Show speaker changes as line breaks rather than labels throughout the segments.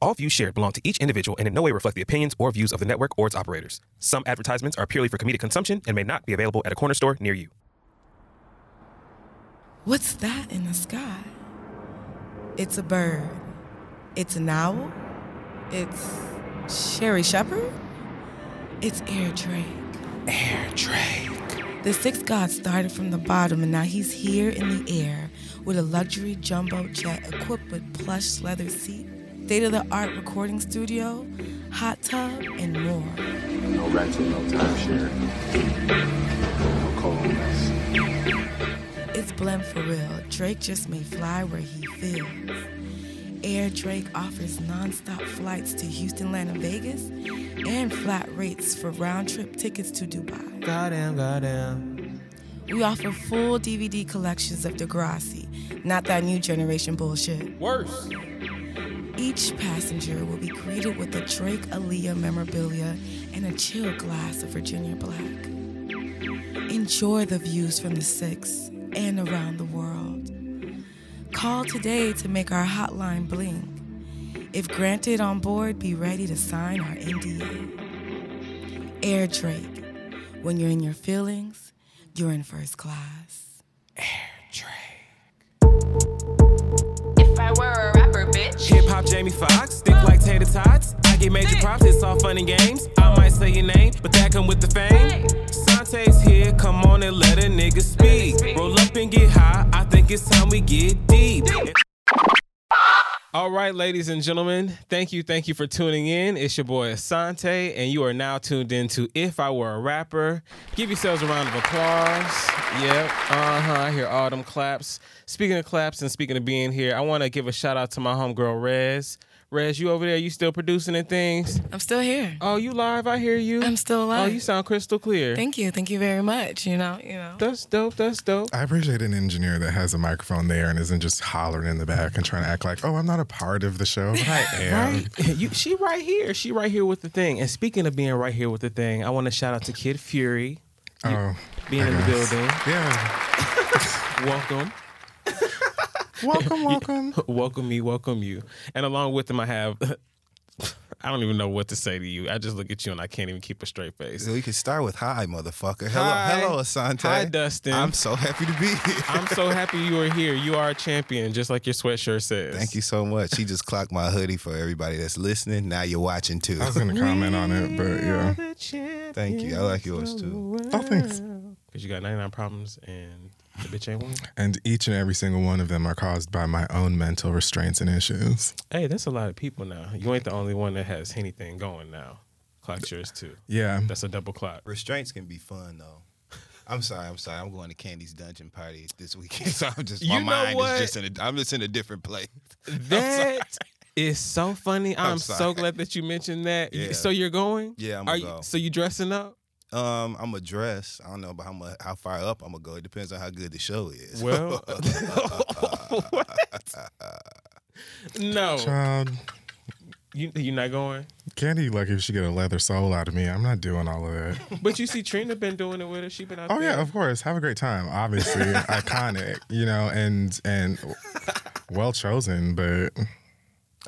All views shared belong to each individual and in no way reflect the opinions or views of the network or its operators. Some advertisements are purely for comedic consumption and may not be available at a corner store near you.
What's that in the sky? It's a bird. It's an owl. It's Sherry Shepherd. It's Air Drake.
Air Drake.
The sixth god started from the bottom and now he's here in the air with a luxury jumbo jet equipped with plush leather seat, state of the art recording studio, hot tub, and more.
No rental, no timeshare. No co-owners.
It's blend for real. Drake just may fly where he feels. Air Drake offers nonstop flights to Houston, Atlanta, Vegas, and flat rates for round trip tickets to Dubai.
Goddamn, goddamn.
We offer full DVD collections of Degrassi, not that new generation bullshit. Worse. Each passenger will be greeted with a Drake Aaliyah memorabilia and a chill glass of Virginia Black. Enjoy the views from the six and around the world. Call today to make our hotline blink. If granted on board, be ready to sign our NDA. Air Drake. When you're in your feelings, you're in first class.
If I were a rapper, bitch.
Hip hop Jamie Foxx, thick like tater tots. I get major props, it's all fun and games. I might say your name, but that come with the fame. Sante's here, come on and let a nigga speak. Roll up and get high, I think it's time we get deep. All right, ladies and gentlemen, thank you, thank you for tuning in. It's your boy Asante, and you are now tuned in to If I Were a Rapper. Give yourselves a round of applause. Yep, uh huh. I hear all them claps. Speaking of claps and speaking of being here, I want to give a shout out to my homegirl Rez. Rez, you over there? You still producing and things?
I'm still here.
Oh, you live? I hear you.
I'm still alive.
Oh, you sound crystal clear.
Thank you, thank you very much. You know, you know.
that's dope. That's dope.
I appreciate an engineer that has a microphone there and isn't just hollering in the back and trying to act like, oh, I'm not a part of the show. But I am.
Right. You, she right here. She right here with the thing. And speaking of being right here with the thing, I want to shout out to Kid Fury
Oh,
being
I
in the
guess.
building.
Yeah.
Welcome.
Welcome, welcome.
Welcome me, welcome you. And along with them I have I don't even know what to say to you. I just look at you and I can't even keep a straight face.
So we could start with hi, motherfucker. Hello,
Hi.
hello, Asante.
Hi, Dustin.
I'm so happy to be here.
I'm so happy you are here. You are a champion, just like your sweatshirt says.
Thank you so much. She just clocked my hoodie for everybody that's listening. Now you're watching too.
I was going to comment on it, but yeah.
Thank you. I like yours too.
Oh, thanks.
Because you got 99 problems and the bitch ain't one.
And each and every single one of them are caused by my own mental restraints and issues.
Hey, that's a lot of people now. You ain't the only one that has anything going now. Clock yours too.
Yeah.
That's a double clock.
Restraints can be fun though. I'm sorry. I'm sorry. I'm going to Candy's dungeon party this weekend, so I'm just my
You know
mind
what?
is just in a. I'm just in a different place.
That is so funny. I'm,
I'm
so
sorry.
glad that you mentioned that. You-
Yeah.
So you're going?
Yeah, I'm
Are
gonna
you,
go.
so you dressing up?
Um, I'm a dress. I don't know about how much, how far up I'm gonna go. It depends on how good the show is.
Well, what? No,
Child,
you you not going.
Candy lucky if she get a leather soul out of me. I'm not doing all of that.
But you see, Trina been doing it with her. She been out
Oh
there.
yeah, of course. Have a great time. Obviously, iconic, you know, and and well chosen, but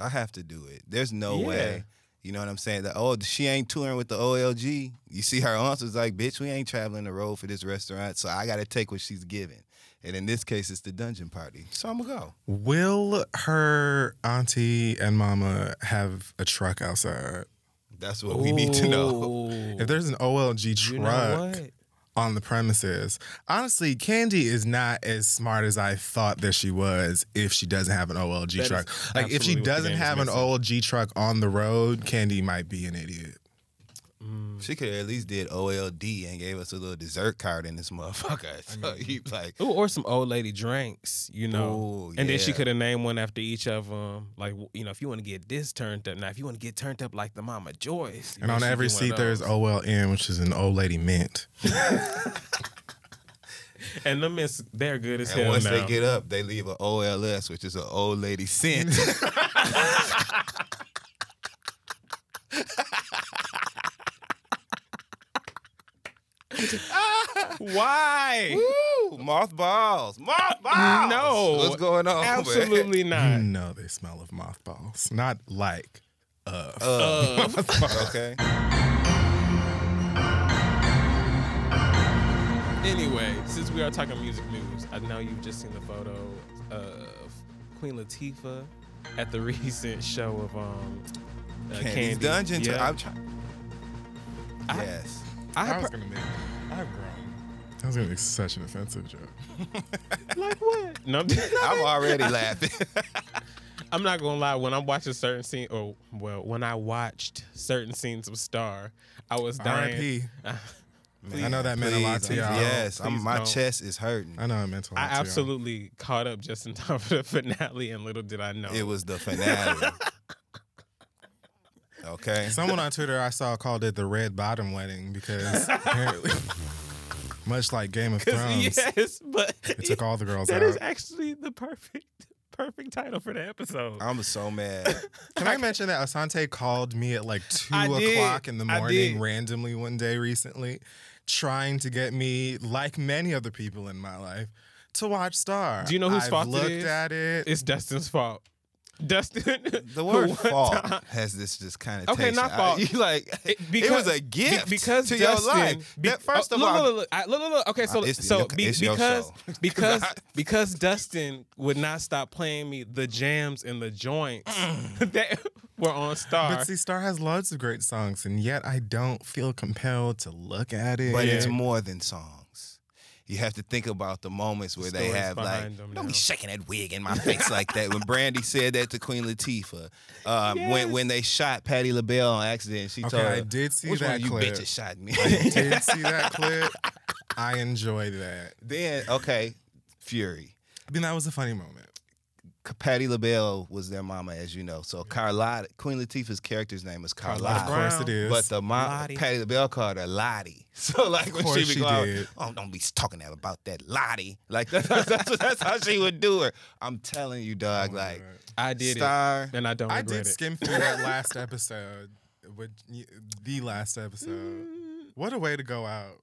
I have to do it. There's no
Yeah.
way. You know what I'm saying? That oh, she ain't touring with the OLG. You see, her aunt was like, "Bitch, we ain't traveling the road for this restaurant, so I got to take what she's giving." And in this case, it's the dungeon party, so I'm gonna go.
will her auntie and mama have a truck outside?
That's what we need to know.
If there's an OLG
You
truck
know what?
on the premises, honestly, Candy is not as smart as I thought that she was. If she doesn't have an OLG
That is
truck, like if
absolutely
she
what the
doesn't
game is
have an
missing.
OLG truck on the road, Candy might be an idiot.
She could have at least did OLD and gave us a little dessert card in this motherfucker. So you like,
Ooh, or some old lady drinks, you know.
Ooh,
and then she
yeah.
could have named one after each of them. Like, w- you know, if you want to get this turned up, now if you want to get turned up like the Mama Joyce. you
And
know,
on
she
every
get one of
seat there's
those.
OLM, which is an old lady mint.
and them is they're good as
and
hell
once
now.
they get up, they leave a OLS, which is an old lady scent.
Why?
Woo! Mothballs, mothballs.
No.
what's going on? man? Mm.
Absolutely not.
You know they smell of mothballs. Not like of.
Uh, Okay.
Anyway, since we are talking music news, I know you've just seen the photo of Queen Latifah at the recent show of um uh,
Candy's
Candy.
Dungeon. tour.
Yeah.
I'm trying.
I-
yes.
I
I was
per-
gonna make. I've grown. That was gonna be such an offensive joke.
like what? No, I'm, just-
I'm already laughing.
I'm not gonna lie. When I'm watching certain scene, or well, when I watched certain scenes of Star, I was dying.
R.I.P. I know that meant a lot to
Please,
y'all.
Yes, I'm,
Please
my
don't.
chest is hurting.
I know it meant a lot.
I
to y'all.
absolutely caught up just in time for the finale, and little did I know
It was the finale. okay.
Someone on Twitter I saw called it the red bottom wedding because apparently, much like Game of
'Cause-
Thrones,
yes, but
it took all the girls
That
out.
is actually the perfect perfect title for the episode.
I'm so mad.
Can I mention that Asante called me at like two
I did.
o'clock in the
I
morning
did.
randomly one day recently, trying to get me, like many other people in my life, to watch Star.
Do you know whose
I've
fault it
looked
is?
at it.
It's Dustin's fault. Dustin,
The word
for one
fault
time-
has this just kind of
Okay, not fault.
you like
It-
it was a gift
be- because Dustin,
to your life.
be-
That- first
oh,
of
look,
all,
look, look, I- look, look, look. Okay, so
Uh, it's-
so
it's
be-
your show.
because because because Dustin would not stop playing me the jams and the joints
Mm.
that were on Star.
but see, Star has loads of great songs, and yet I don't feel compelled to look at it.
but it's
Yeah.
more than songs. You have to think about the moments where they
Stories
have like,
behind them
don't
now.
be shaking that wig in my face like that. When Brandy said that to Queen Latifah, um, when when they shot Patti LaBelle on accident, she
Okay,
told her,
I did see
Which
that
one of you
clip.
bitches shot me?
I did see that clip. I enjoyed that.
then okay, Fury.
I mean, that was a funny moment.
Patty LaBelle was their mama, as you know. So Carlotta, Queen Latifah's character's name is
Of
Carlotta.
Brown.
course it is.
But the mom,
Lottie.
Patty LaBelle called her Lottie. So like when
course
she would
she
go, out,
did.
oh, don't be talking that about that Lottie. Like that's, that's, that's, that's how she would do her. I'm telling you, dog. like
I did
Star.
it, and I don't
I
regret
did
it.
skim through that last episode, which, the last
Mm.
episode. What a way to go out.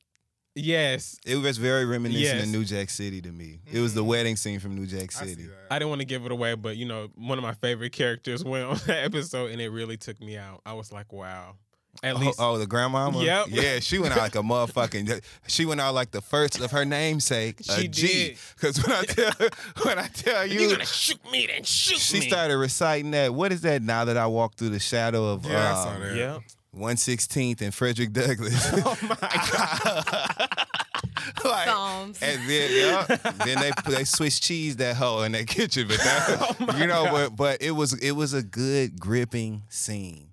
yes,
It was very reminiscent
Yes. Mm-hmm.
of New Jack City to me. It was the wedding scene from New Jack
I see
City.
that.
I didn't want to give it away, but you know, one of my favorite characters went on that episode, and it really took me out. I was like, wow. At
Oh,
least
oh, the grandmama?
Yep.
Yeah, she went out like a motherfucking. She went out like the first of her namesake. a
She
G.
did.
Because when I tell when I tell uh, you,
shoot me, then shoot
she started reciting that. What is that? Now that I walk through the shadow of
Yeah, I saw
um,
that.
Yep.
116th and Frederick Douglass. Oh my god. like,
Psalms.
And then, yeah, then they they Swiss cheese that hoe in that kitchen, but that, you know, but but it was it was a good gripping scene.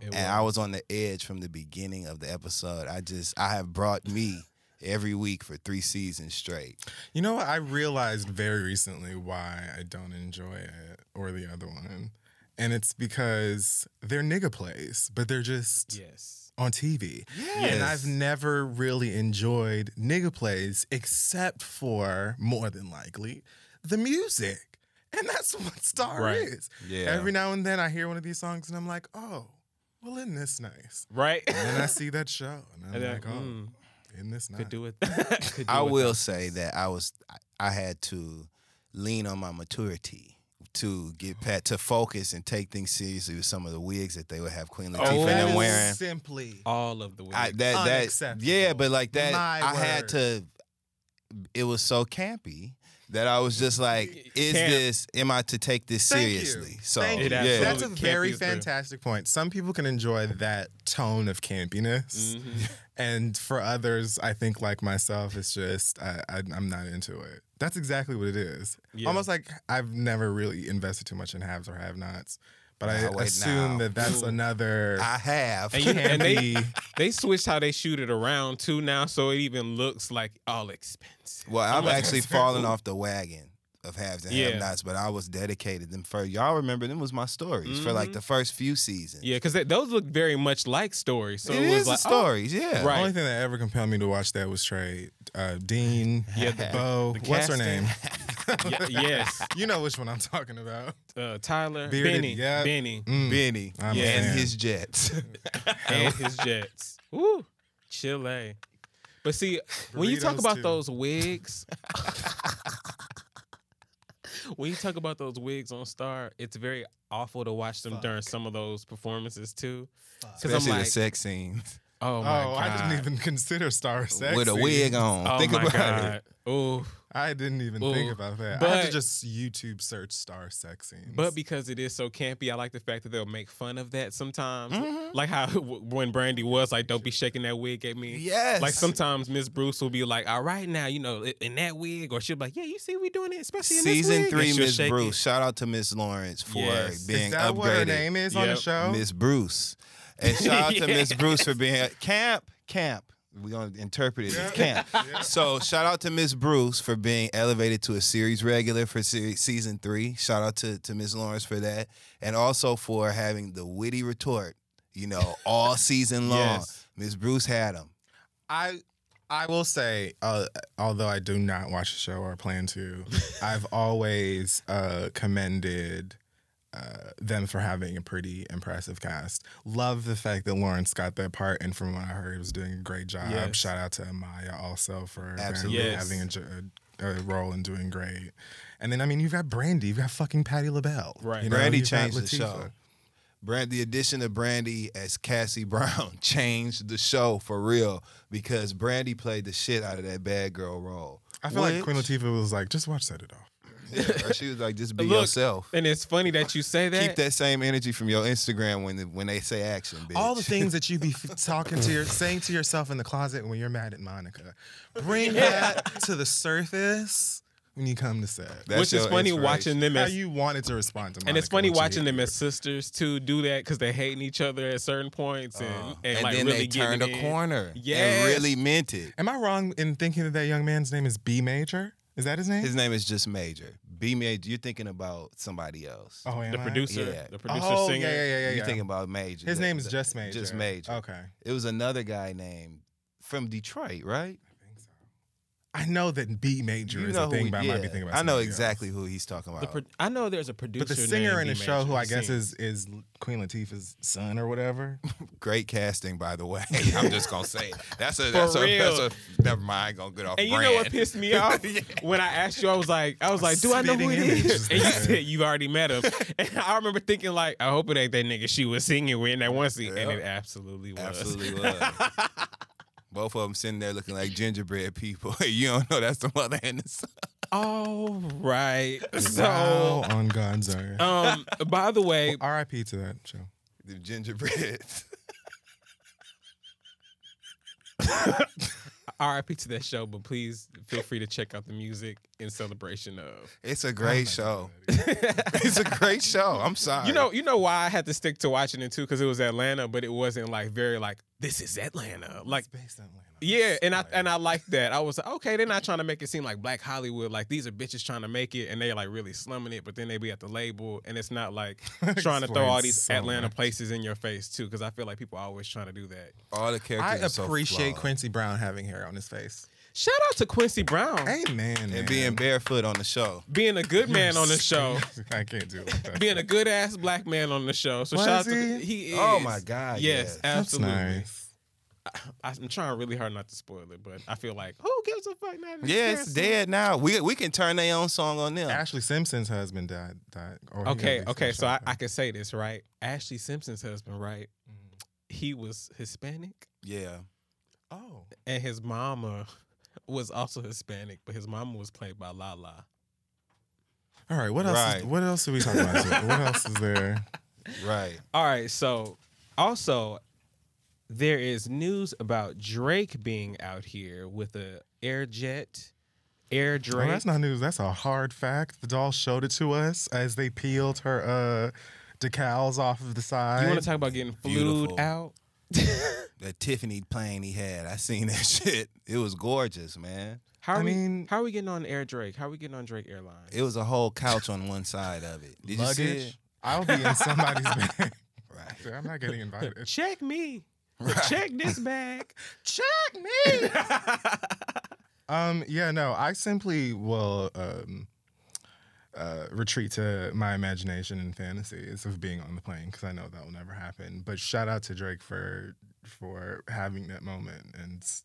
It
And I was on the edge from the beginning of the episode. I just I have brought me every week for three seasons straight.
You know what? I realized very recently why I don't enjoy it or the other one. And it's because they're nigga plays, but they're just
Yes.
on TV.
Yes.
And I've never really enjoyed nigga plays except for more than likely the music. And that's what Star
Right.
is.
Yeah.
Every now and then I hear one of these songs and I'm like, oh, well, isn't this nice?
Right?
And then I see that show and I'm
And then,
like, oh,
mm,
isn't this nice?
could do it. could do
I
it.
will say that I was I had to lean on my maturity to get pat to focus and take things seriously with some of the wigs that they would have Queen Latifah
Oh,
and
That
them
is
wearing.
simply
all of the way.
I, that that
Unacceptable.
yeah, but like that
My
I had
word.
to. It was so campy that I was just like, "Is
Camp.
this? Am I to take this
Thank you.
seriously?" So
Thank you.
It
yeah,
absolutely
That's a
campy
very
is real.
fantastic point. Some people can enjoy that tone of campiness,
Mm-hmm.
and for others, I think like myself, it's just I, I, I'm not into it. That's exactly what it is.
Yeah.
Almost like I've never really invested too much in haves or have-nots, but I
Nah, wait,
assume
now.
that that's
Ooh.
another
I have.
And, you, and they
campy.
they switched how they shoot it around too now, so it even looks like all expensive.
Well, I'm actually
that's fair.
falling off the wagon of haves and
Yeah.
have-nots, but I was dedicated them first. Y'all remember them was my stories for like the first few seasons.
Mm-hmm. Yeah, because those look very much like stories. So
it
it,
is
was like oh,
the stories. yeah,
The
Right.
only thing that ever compelled me to watch that was Trey, uh, Dean,
Yeah, the-
Bo.
the
what's her
casting.
name?
Oh, y- yes,
You know which one I'm talking about. Mm.
uh, Tyler,
Bearded,
Benny,
yeah.
Mm-hmm.
Benny,
Benny
I'm a
Mm. and
fan.
his Jets.
and his Jets. Woo, Chile. But see, when you talk
Burritos,
about
too.
those wigs, when you talk about those wigs on Star, it's very awful to watch them during some of those performances too. Because I'm
Especially
like,
the sex scenes
oh
Oh,
my god,
I didn't even consider Star Sex.
with a wig on.
Oh
Think
my
about
god.
it.
Oh,
I didn't even
Ooh.
think about that. I had
But-
to just YouTube search Star Sex scenes.
but because it is so campy, I like the fact that they'll make fun of that sometimes.
Mm-hmm.
Mm-hmm.
Like how when Brandy was like, "Don't be shaking that wig at me."
Yes.
Like sometimes Miss Bruce will be like, "All right now, you know, i- in that wig," or she'll be like, "Yeah, you see, we doing it, especially in this
Season
wig." And
three,
she'll
Miss
shake it.
Bruce. Shout out to Miss Lawrence for
Yes.
being
is that
upgraded.
what her name is on the
Yep.
show?
Miss Bruce. And shout out to Miss
Yes.
Bruce for being camp, camp. We're gonna interpret it as camp. So shout out to Miss Bruce for being elevated to a series regular for series, season three. Shout out to to Miss Lawrence for that, and also for having the witty retort. You know, all season long,
Yes.
Miss Bruce had them.
I I will say, uh, although I do not watch the show or plan to, I've always uh, commended uh, them for having a pretty impressive cast. Love the fact that Lawrence got that part, and from what I heard, he was doing a great job.
Yes.
Shout out to Amaya also for apparently
Absolutely.
Yes.
having a jo- a, a role and doing great. And then I mean, you've got Brandy, you've got fucking Patty LaBelle.
Right.
you know,
Brandy
you've got
changed the
Latifah.
show. Brand, the addition of Brandy as Cassie Brown changed the show for real because Brandy played the shit out of that bad girl role.
I feel like
Which-
Queen Latifah was like, just watch Set It Off.
Yeah, or she was like, just be
Look,
yourself.
And it's funny that you say that.
Keep that same energy from your Instagram when when they say action, bitch.
all the things that you be f- talking to your saying to yourself in the closet when you're mad at Monica. Bring that to the surface when you come to set.
That's
which is
your
funny
inspiration.
watching them
How
as
you wanted to respond to Monica.
And it's funny
when she
watching
hit
them
you.
as sisters too do that because they're hating each other at certain points and, and,
Uh, and
like
then
really
they
getting
turned a
it.
corner
Yes.
and really meant it.
Am I wrong in thinking that that young man's name is B Major? Is that his name?
His name is just Major. B Major. You're thinking about somebody else.
oh, am
The
I?
producer,
Yeah.
the producer
oh,
singer.
Yeah, yeah, yeah, yeah.
You're
yeah.
thinking about Major.
his
The-
name is
the-
just Major. Uh,
Just Major.
Okay.
It was another guy named from Detroit, right?
I know that B Major is a thing,
he-
but I
yeah.
might be thinking about.
I know
somebody else.
exactly who he's talking
The
about.
pro- I know there's a producer,
But the singer in
named
the
D.
show,
Major
who I
I've
guess
seen.
is is Queen Latifah's son or whatever.
Great casting, by the way. I'm just gonna say it. that's a that's, a,
real.
that's a never mind. I ain't Gonna get off.
And you
brand.
know what pissed me off when I asked you, I was like, I was like, do I know who it
Spitting image
is?
is
And you
there.
said you already met him. And I remember thinking like, I hope it ain't that nigga she was singing with in that one scene, and
Yeah.
it absolutely was.
Absolutely was. Both of them sitting there looking like gingerbread people. you don't know that's the mother and the son.
All right. So,
wow, on God's earth.
um, by the way,
R.I.P. to that show.
The gingerbread.
RIP to that show, but please feel free to check out the music in celebration of.
It's a great show. it's a great show. I'm sorry.
You know, you know why I had to stick to watching it too, because it was Atlanta, but it wasn't like very like this is Atlanta, like
Based in Atlanta.
yeah, and I and I like that. I was like, okay, they're not trying to make it seem like Black Hollywood, like these are bitches trying to make it, and they like really slumming it, but then they be at the label, and it's not like trying to throw all
Explains
these
so
Atlanta
much.
places in your face too, because I feel like people are always trying to do that.
all the
I
characters. are so
appreciate
flawed.
Quincy Brown having hair on his face.
Shout out to Quincy Brown
Amen. man.
and being barefoot on the show.
being a good man on the show.
I can't do it like that.
being a good ass black man on the show. So
Was
shout out to
he?
he is.
Oh my
Yes,
God, yes.
That's
absolutely.
nice.
I'm trying really hard not to spoil it, but I feel like who gives a fuck now?
Yeah, it's dead now. We we can turn their own song on them.
Ashley Simpson's husband died. died or he
Okay,
at least
okay.
was
So I,
shot
I
down.
can say this right. Ashley Simpson's husband, right?
Mm-hmm.
He was Hispanic,
Yeah.
oh,
and his mama was also Hispanic, but his mama was played by Lala.
all right. What else? Is,
Right.
what else are we talking about? today? what else is there?
Right.
All right. So, also, there is news about Drake being out here with a air jet, air
Well,
Drake.
Oh, that's not news. That's a hard fact. The doll showed it to us as they peeled her uh, decals off of the side.
You want to talk about getting flued
Beautiful.
out?
That Tiffany plane he had. I seen that shit. It was gorgeous, man.
How are
I
we,
mean-
how are we getting on Air Drake? How are we getting on Drake Airlines?
It was a whole couch on one side of it. Did you see
luggage?
it?
I'll be in somebody's bag.
Right.
I'm not getting invited.
Check me. Check this bag.
check me. um, yeah, no, I simply will um, uh, retreat to my imagination and fantasies of being on the plane because I know that will never happen. But shout out to Drake for for having that moment and s-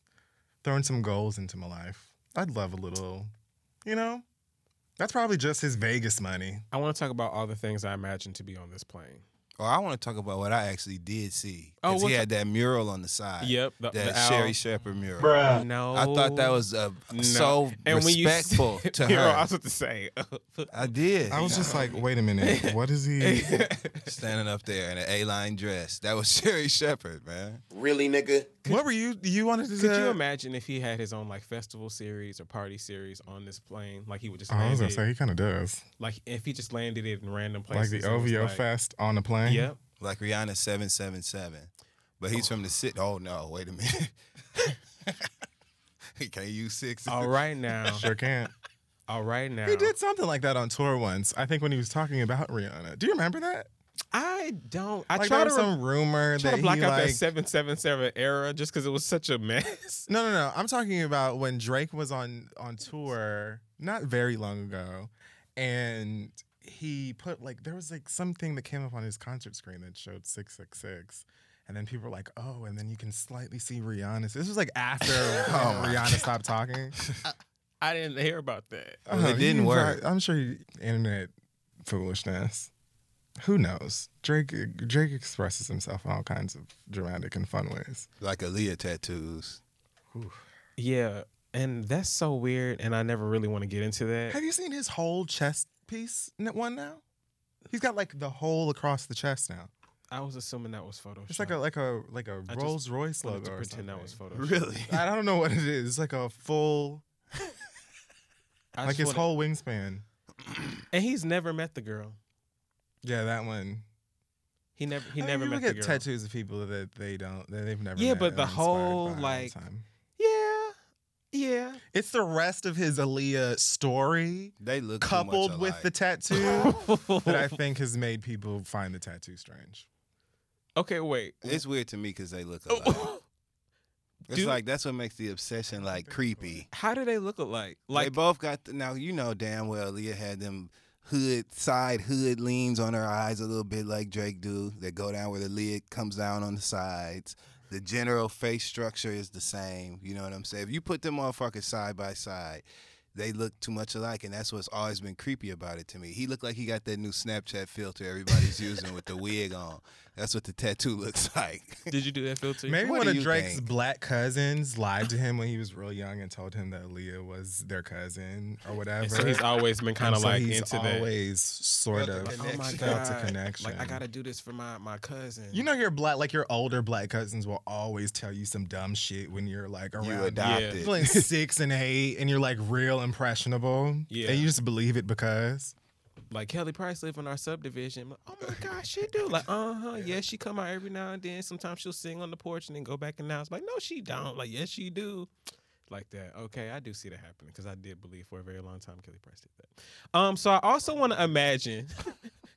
throwing some goals into my life. I'd love a little, you know, That's probably just his Vegas money.
I want to talk about all the things I imagined to be on this plane.
Oh, I want to talk about what I actually did see.
Oh,
Oh, he
what's
had that mural on the side.
Yep, the-
that
the owl.
Sherry Shepherd mural.
Uh,
No,
I thought that was uh,
No.
so respectful
you,
to
You know,
her.
I was about to say.
I did.
I was just like, wait a minute, what is he?
standing up there in an A-line dress. That was Sherry Shepherd, man.
Really, nigga?
what were you? You wanted to?
Could you imagine if he had his own like festival series or party series on this plane? Like he would just
Oh, I
land
was gonna
it.
say he kind of does,
Like if he just landed it in random
like
places.
the
and was
OVO
like-
Fest on the plane.
Yep.
Like Rihanna 777. But he's from the city. Oh, no. Wait a minute. He Can't use six.
Oh,
All right now.
sure can't.
All right now.
He did something like that on tour once. I think when he was talking about Rihanna. Do you remember that?
I don't. I
Like
try
there
to
was some
some
rumor
try
that
to block
he
out
like.
that seven seven seven era just because it was such a mess.
no, no, no. I'm talking about when Drake was on on tour not very long ago, and he put like there was like something that came up on his concert screen that showed six six six. And then people were like, "Oh!" And then you can slightly see Rihanna. This was like after
Oh my
Rihanna stopped talking.
I didn't hear about that.
Well, it
Oh,
didn't
you-
work.
I'm sure you- internet foolishness. Who knows? Drake Drake expresses himself in all kinds of dramatic and fun ways.
Like Aaliyah tattoos.
Yeah, and that's so weird, and I never really want to get into that.
Have you seen his whole chest piece n- one now? He's got like the whole across the chest now.
I was assuming that was Photoshop.
It's like a like a like a
I just
Rolls Royce
wanted
logo.
to
or
pretend that was
something.
Photoshop.
I don't know what it is. It's like a full
I
like
just
his
wanna-
whole wingspan.
and he's never met the girl. Yeah,
Yeah, that one.
he never he
I mean,
never
people
met the
get
girl.
tattoos of people that they don't that they've never
Yeah,
met
but the
and are inspired
whole,
by all the
like,
time.
Yeah, yeah.
It's the rest of his Aaliyah story
They look too much
coupled with the
alike.
tattoo that I think has made people find the tattoo strange.
okay, wait.
It's weird to me because they look
Oh,
alike.
How
It's
Dude.
like that's what makes the obsession like creepy.
do they look alike?
they
Like
both got the, now you know damn well Leah had them hood side hood leans on her eyes a little bit like Drake do. They go down where the lid comes down on the sides. The general face structure is the same. You know what I'm saying? If you put them motherfuckers side by side, they look too much alike, and that's what's always been creepy about it to me. He looked like he got that new Snapchat filter everybody's using with the wig on. That's what the tattoo looks like.
did you do that filter?
Maybe
What
one
do
of
you
Drake's
think?
black cousins lied to him when he was real young and told him that Aaliyah was their cousin or whatever.
And so he's always been kind of
And so
like
he's
into that.
always sort of
Felt the
Oh my
connection.
god!
felt a connection.
Like I gotta do this for my my cousin.
You know your black like your older black cousins will always tell you some dumb shit when you're like around
You adopted.
like six and eight and you're like real impressionable.
Yeah.
And you just believe it because
like Kelly Price live in our subdivision. Like, oh my gosh, she do. Like, uh huh. Yeah, she come out every now and then. Sometimes she'll sing on the porch and then go back in the house. Like, no, she don't. Like, yes, she do. Like that. Okay, I do see that happening because I did believe for a very long time Kelly Price did that. Um, so I also want to imagine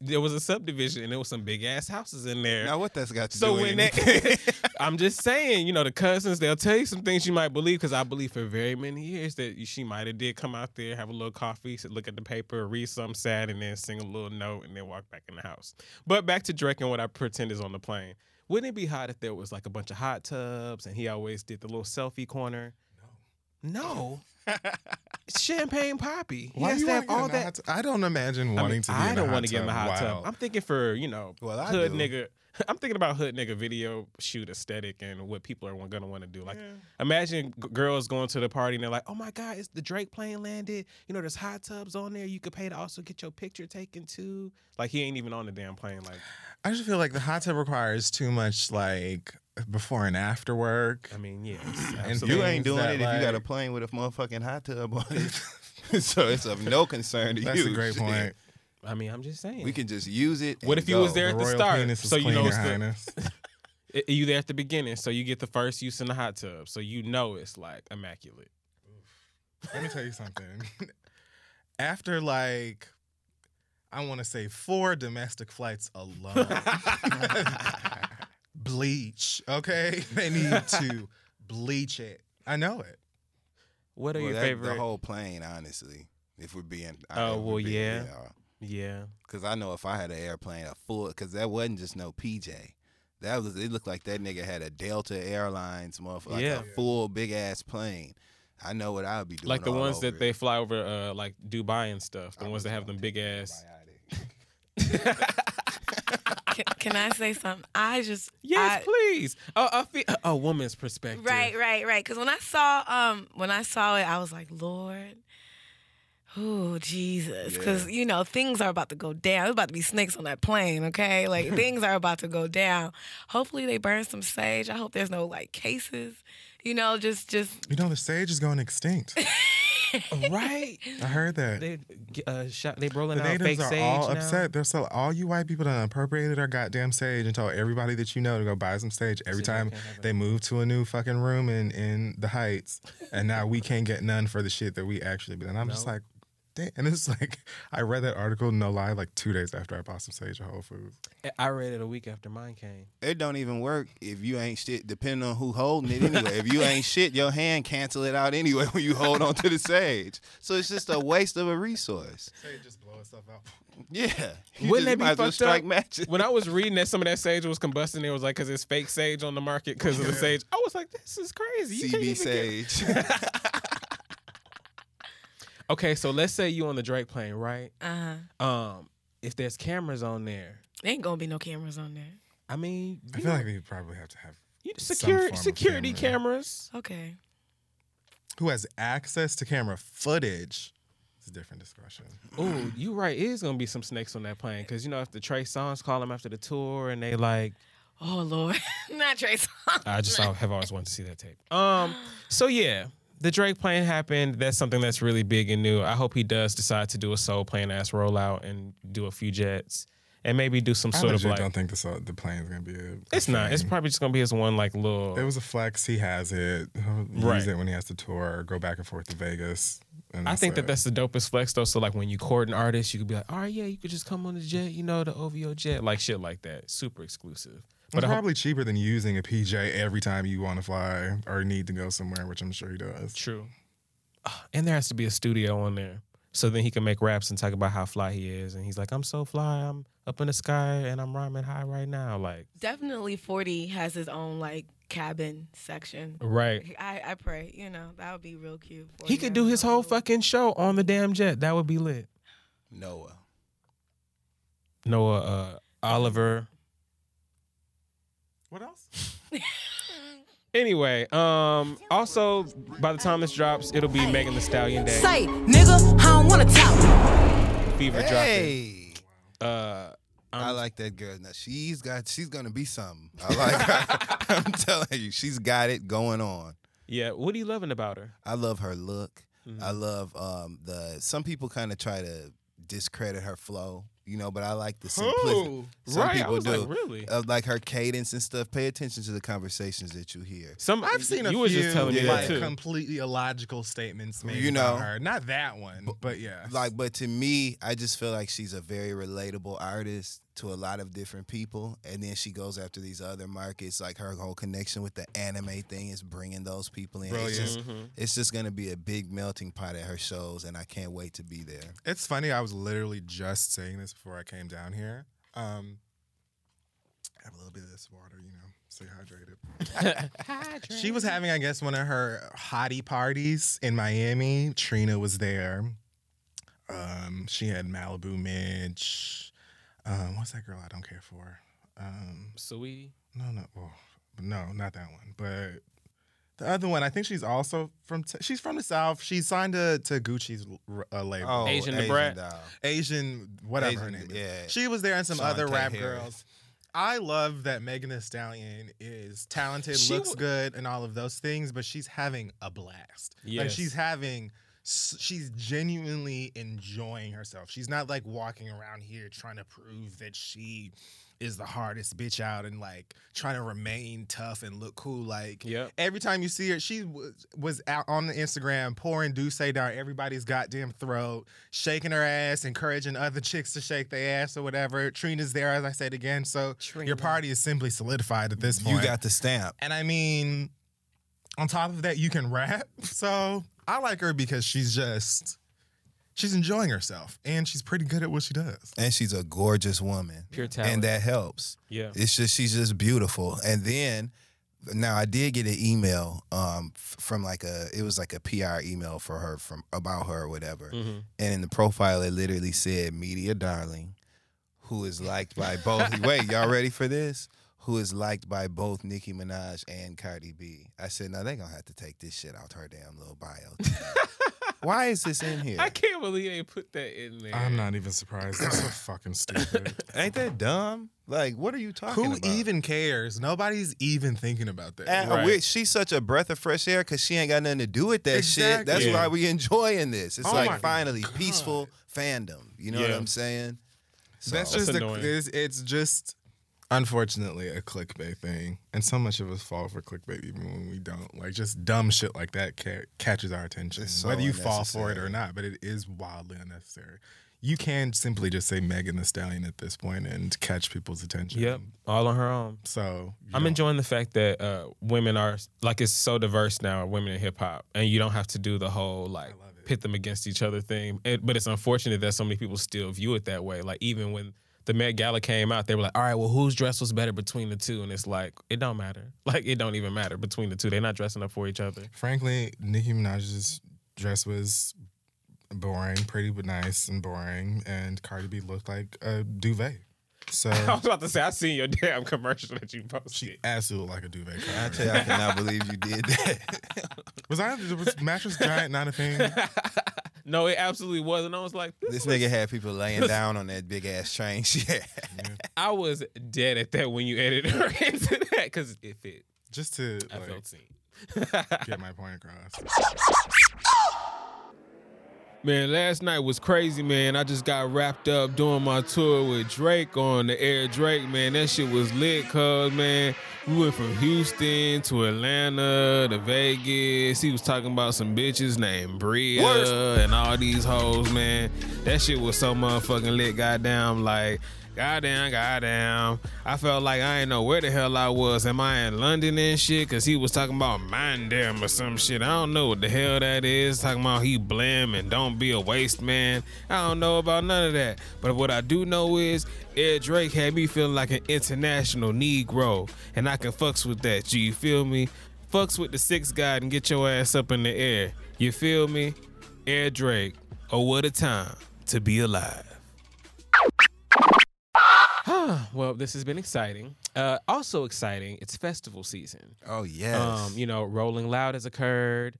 there was a subdivision and there was some big ass houses in there.
Now what that's got to
So
do with
when
anything?
that, I'm just saying, you know, the cousins, they'll tell you some things you might believe because I believe for very many years that you- she might have did come out there, have a little coffee, sit- look at the paper, read something sad, and then sing a little note, and then walk back in the house. But back to Drake and what I pretend is on the plane. Wouldn't it be hot if there was like a bunch of hot tubs and he always did the little selfie corner? No. No. Champagne Poppy. Oh, He has
do
to
wanna
have
get in
all
the
that.
hot tub? I don't imagine
I
wanting
mean,
to. Be
I
in
don't
a
wanna
hot
get in the
tub.
hot
Wow.
tub. I'm thinking for you know
Well, I
hood
do.
nigga. I'm thinking about hood nigga video shoot aesthetic and what people are gonna want to do. Like, imagine g- girls going to the party and they're like, "Oh my God, it's the Drake plane landed. You know, there's hot tubs on there. You could pay to also get your picture taken too. Like, he ain't even on the damn plane. Like,
I just feel like the hot tub requires too much like before and after work.
I mean, yeah,
you
You
absolutely.
things
ain't doing
that,
it if you got a
like-
plane with a motherfucking hot tub on it. so it's of no concern to
That's
you.
a great
Shit.
point.
I mean, I'm just saying.
We can just use it.
What
and
if you was
go.
there- At the
royal
start,
penis is
so you
clean,
know
Your
it's the-
Highness.
I- you there at the beginning, so you get the first use in the hot tub, so you know it's like immaculate.
Let me tell you something. After like, I want to say four domestic flights alone, bleach. Okay, they need to bleach it. I know it.
What are
Well,
your
that-
favorite?
The whole plane, honestly. If we're being.
Oh, well, yeah.
Because
yeah.
I know if I had an airplane, a full, because that wasn't just no PJ. That was. It looked like that nigga had a Delta Airlines motherfucker, like
Yeah.
a full big ass plane. I know what I'll be doing.
Like the
all
ones
over
that they fly over, uh, like Dubai and stuff. The ones that have them big ass.
Can, can I say something? I just
Yes,
I-
please. A, a, fe- a woman's perspective.
Right, right, right. Because when I saw um when I saw it, I was like, Lord, oh Jesus, because you know things are about to go down. There's about to be snakes on that plane. Okay, like things are about to go down. Hopefully they burn some sage. I hope there's no like cases. You know, just just
You know, the sage is going extinct.
right.
I heard that.
They uh, shot, they rolling
the
out
natives
fake
are
sage
all
now.
upset. They're so all you white people done appropriated our goddamn sage and told everybody that you know to go buy some sage every time they move to a new fucking room in in the heights, and now we can't get none for the shit that we actually. But and I'm just like, damn. And it's like I read that article, no lie, like two days after I bought some sage at Whole Foods.
I read it a week after mine came.
It don't even work if you ain't shit. Depending on who holding it anyway. if you ain't shit, your hand cancel it out anyway when you hold on to the sage. So it's just a waste of a resource.
Sage just blow itself out.
Yeah, you
Wouldn't
just
that be
might as well
fucked
strike
up?
matches.
When I was reading that some of that sage was combusting, it was like because it's fake sage on the market because of the sage. I was like, this is crazy. You can't
CB
even get-
sage.
Okay, so let's say you on the Drake plane, right?
uh
Um, if there's cameras on there,
there ain't gonna be no cameras on there.
I mean,
I
you
feel
know,
like we probably have to have
you-
some
secure-
form of
security
camera.
cameras.
Okay.
who has access to camera footage. It's a different discussion.
Oh, you right. It is gonna be some snakes on that plane because you know if the Trey Songs call them after the tour and they like,
Oh Lord, not Trey Songz.
I just al- have always wanted to see that tape. Um, so yeah, the Drake plane happened. That's something that's really big and new. I hope he does decide to do a soul plane ass rollout and do a few jets and maybe do some
I
sort of
legit
like.
don't think this, the plane's gonna be. A,
it's not. It's
thing.
probably just gonna be his one like little.
It was a flex. He has it. He'll
Right.
Use it when he has to tour. Go back and forth to Vegas. And
I think that
it.
that's the dopest flex though. So like when you court an artist, you could be like, all right, yeah, you could just come on the jet, you know, the OVO jet, like shit like that. Super exclusive. But
it's
I hope-
probably cheaper than using a PJ every time you want to fly or need to go somewhere, which I'm sure he does.
true. Ah, And there has to be a studio on there. So then he can make raps and talk about how fly he is. And he's like, I'm so fly, I'm up in the sky and I'm rhyming high right now. Like
Definitely, Forty has his own like cabin section.
Right.
I, I pray, you know, that would be real cute. for
He
you.
could do his whole fucking show on the damn jet. That would be lit.
Noah.
Noah uh, Oliver.
What else?
Anyway, um, also by the time this drops, it'll be Megan the Stallion Day.
Say, nigga, I don't wanna talk.
Fever
Hey,
dropping. Uh
I like that girl. Now she's got. She's gonna be something. I like. her. I'm telling you, she's got it going on.
Yeah, what are you loving about her?
I love her look. I
Mm-hmm.
love um, the. Some people kind of try to discredit her flow, you know, but I like the simplicity. Some
right.
people
I was
do.
like, really?
Of like her cadence and stuff. Pay attention to the conversations that you hear.
Some
I've seen
you
a few
were just telling me
like
that too.
completely illogical statements made
You
about
know.
her. Not that one, but yeah.
Like, but to me, I just feel like she's a very relatable artist to a lot of different people. And then she goes after these other markets. Like her whole connection with the anime thing is bringing those people in. It's
Brilliant.
just, it's just gonna be a big melting pot at her shows, and I can't wait to be there.
It's funny. I was literally just saying this before I came down here. Um, I have a little bit of this water, you know, stay hydrated. She was having, I guess, one of her hottie parties in Miami. Trina was there. Um, she had Malibu Midge. Um, what's that girl I don't care for? Um,
Sweetie.
no, no, well, no, not that one. But the other one, I think she's also from. Te- she's from the South. She signed to to Gucci's r- uh, label.
Asian the brat.
doll.
Asian, whatever her
Asian,
name is.
yeah.
She was there and some
Shawn
other
Tate
rap
Harris.
girls. I love that Megan Thee Stallion is talented,
She
looks
wa-
good, and all of those things, but she's having a blast. Like
Yes.
she's having, s- she's genuinely enjoying herself. She's not like walking around here trying to prove that she is the hardest bitch out and like trying to remain tough and look cool. Like
Yep.
every time you see her, she was, was out on the Instagram pouring Duce down everybody's goddamn throat, shaking her ass, encouraging other chicks to shake their ass or whatever. Trina's there, as I said again. So your party is simply solidified at this point.
You got the stamp.
and I mean, on top of that, you can rap. So I like her because she's just she's enjoying herself and she's pretty good at what she does.
and she's a gorgeous woman.
Pure talent.
And that helps.
Yeah.
It's just she's just beautiful. And then Now I did get an email um, f- from like a it was like a PR email for her from about her or whatever,
Mm. Mm-hmm.
and in the profile it literally said media darling, who is liked by both. wait, y'all ready for this? Who is liked by both Nicki Minaj and Cardi B? I said, no, they gonna have to take this shit out her damn little bio. Why is this in here?
I can't believe they put that in there.
I'm not even surprised. That's so fucking stupid.
Ain't that dumb? Like, what are you talking
Who
about?
even cares? Nobody's even thinking about that.
And
Right.
we- she's such a breath of fresh air because she ain't got nothing to do with that shit. That's
Exactly.
why we enjoying this. It's
Oh my
like finally
God.
peaceful fandom. You know what
Yeah.
I'm saying? So,
That's
That's
just the,
annoying.
it's, it's just unfortunately a clickbait thing, and so much of us fall for clickbait even when we don't. Like just dumb shit like that ca- catches our attention,
It's so
whether you fall for it
unnecessary.
or not. But it is wildly unnecessary. You can simply just say Megan the Stallion at this point and catch people's attention.
Yep, all on her own.
So you
I'm
know,
enjoying the fact that uh, women are like it's so diverse now. Women in hip hop, and you don't have to do the whole like pit them against each other thing. It, but it's unfortunate that so many people still view it that way. Like even when the Met Gala came out, they were like, "All right, well, whose dress was better between the two? And it's like it don't matter. Like it don't even matter between the two. They're not dressing up for each other.
Frankly, Nicki Minaj's dress was boring, pretty but nice and boring, and Cardi B looked like a duvet. So
I was about to say I seen your damn commercial that you posted.
she absolutely looked like a duvet. Cardi
I
B.
tell you, I cannot believe you did that.
Was I was mattress giant not a thing?
no, it absolutely wasn't. I was like, this,
this
was-
nigga had people laying down on that big ass train. Yeah.
I was dead at that when you edited her into that because it fit.
Just to
I
like,
felt seen.
get my point across.
Man, last night was crazy, man. I just got wrapped up doing my tour with Drake on the air Drake, man. That shit was lit, cuz, man. We went from Houston to Atlanta to Vegas. He was talking about some bitches named Bria and all these hoes, man. That shit was so motherfucking lit, goddamn. Like, goddamn, goddamn. I felt like I ain't know where the hell I was. Am I in London and shit? Cause he was talking about mind damn or some shit. I don't know what the hell that is. Talking about he blim and don't be a waste man. I don't know about none of that. But what I do know is Ed Drake had me feeling like an international Negro. And I can fucks with that. Do you feel me? Fucks with the six god and get your ass up in the air. You feel me? Air Drake. Oh what a time to be alive. Well, this has been exciting. Uh, also exciting, it's festival season.
Oh yes.
Um, you know, Rolling Loud has occurred.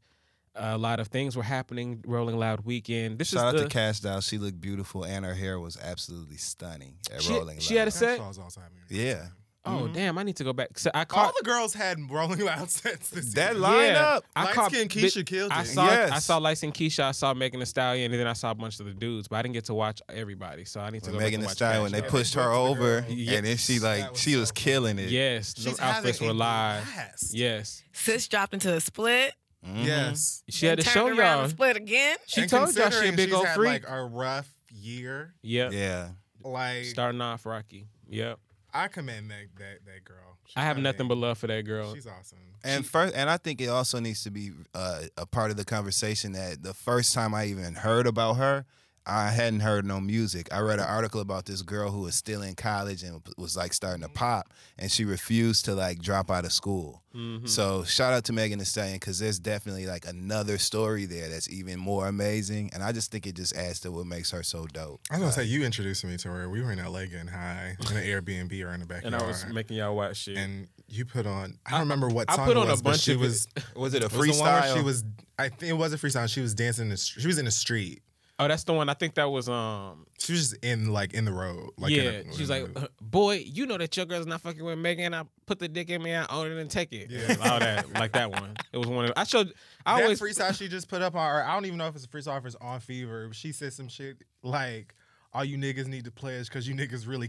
A lot of things were happening. Rolling Loud weekend. This
Shout out
is the
to Cash Dow. She looked beautiful and her hair was absolutely stunning at
she,
Rolling
she had a
Loud.
set.
Shaw's also having-
Yeah.
Oh
mm-hmm.
damn! I need to go back. So I
All
caught
the girls had rolling loud sets this
That
year.
line
yeah,
up.
I
Light
caught
skin
bit-
Keisha killed
I
it.
saw I
Yes.
saw Light Skin Keisha. I saw Megan Thee Stallion, and then I saw a bunch of the dudes. But I didn't get to watch everybody, so I need to go
When Megan
back
Thee
and watch
Stallion, when
Cash
they
Doll.
pushed her over, and then she like
That was
she
so
was killing it.
Yes,
She's
those outfits
having
were
a
live.
blast.
Yes,
Sis dropped into a split.
Mm-hmm.
Yes.
she had to
turned
show
around
y'all.
and split again.
mm-hmm. She
And
told y'all she a
considering
big
she's
old
had,
freak.
Like a rough year.
Yep.
Yeah.
Like
Starting off rocky. Yep.
I commend that that, that girl. She's
I have
my
nothing
thing.
but love for that girl.
She's awesome.
And first, and I think it also needs to be uh, a part of the conversation that the first time I even heard about her, I hadn't heard no music. I read an article about this girl who was still in college and was like starting to
Mm-hmm.
pop, and she refused to like drop out of school.
Mm-hmm.
So shout out to Megan Thee Stallion because there's definitely like another story there that's even more amazing, and I just think it just adds to what makes her so dope.
I was gonna say you introduced me to her. We were in LA getting high in an Airbnb or in the backyard.
and I was making y'all watch shit.
and you put on. I don't remember what
I
song
put
it
on a
was, but
bunch
she
of it.
was.
Was it a
It was the one where
freestyle?
she was. I think it was a freestyle. She was dancing. In the, str- she was in the street.
oh, that's the one. I think that was um.
She was just in like in the road. Like
yeah,
in a-
she's like, uh, boy, you know that your girl's not fucking with Megan. I put the dick in me. I own it and take it. Yeah, all that. Like that one. It was one of. I showed. I
that
always.
freestyle she just put up. on- Or I don't even know if it's a freestyle. If it's on Fever, she said some shit like, "All you niggas need to pledge because you niggas really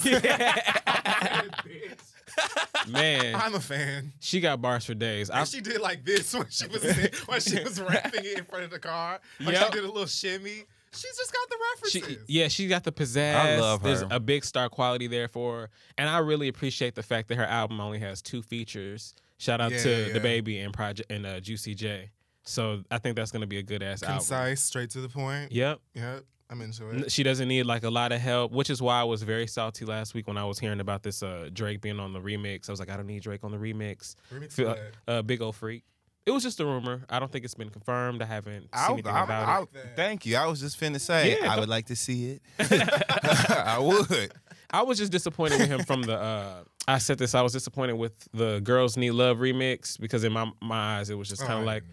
man,
I'm a fan.
she got bars for days. I,
And she did like this when she was when she was rapping it in front of the car. Like
Yep.
she did a little shimmy. She's just got the
she,
references.
yeah, she got the pizzazz.
I love
There's
her.
a big star quality there for her, and I really appreciate the fact that her album only has two features. Shout out
Yeah,
to
yeah.
the baby and project and uh, Juicy J. So I think that's gonna be a good ass album.
Concise, straight to the point.
Yep.
Yep. I'm into
N-
it.
She doesn't need like a lot of help, which is why I was very salty last week when I was hearing about this uh, Drake being on the remix. I was like, I don't need Drake on the remix.
Remix
Feel-
what?
uh, big old freak. It was just a rumor. I don't think it's been confirmed. I haven't seen anything about it.
thank you. I was just finna say
Yeah,
I
don't-
would like to see it. I would.
I was just disappointed with him from the. Uh, I said this. I was disappointed with the "Girls Need Love" remix because in my my eyes it was just kind of
Oh,
like,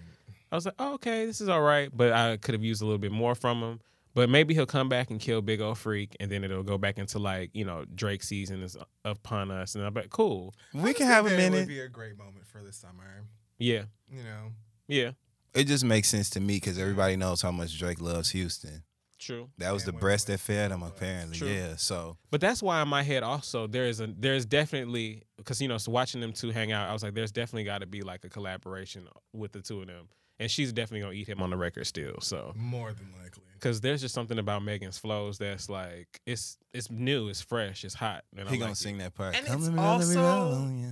I was like, oh, okay, this is all right, but I could have used a little bit more from him. But maybe he'll come back and kill Big Old Freak, and then it'll go back into like you know Drake season is upon us, and I'm like, cool,
We can
I
have a
think that It would
minute.
be a great moment for the summer.
yeah,
You know,
yeah,
It just makes sense to me because everybody knows how much Drake loves Houston.
true.
That was
And
the
when-
breast that fed him, apparently.
True.
Yeah. So
But that's why in my head also there is a there is definitely because you know so watching them two hang out, I was like, there's definitely got to be like a collaboration with the two of them, and she's definitely gonna eat him on the record still. So
more than likely.
Cause there's just something about Megan's flows that's like it's it's new, it's fresh, it's hot. And I
he gonna
like it.
sing that part.
And
Come
it's
let me roll, let me
also-
roll, yeah.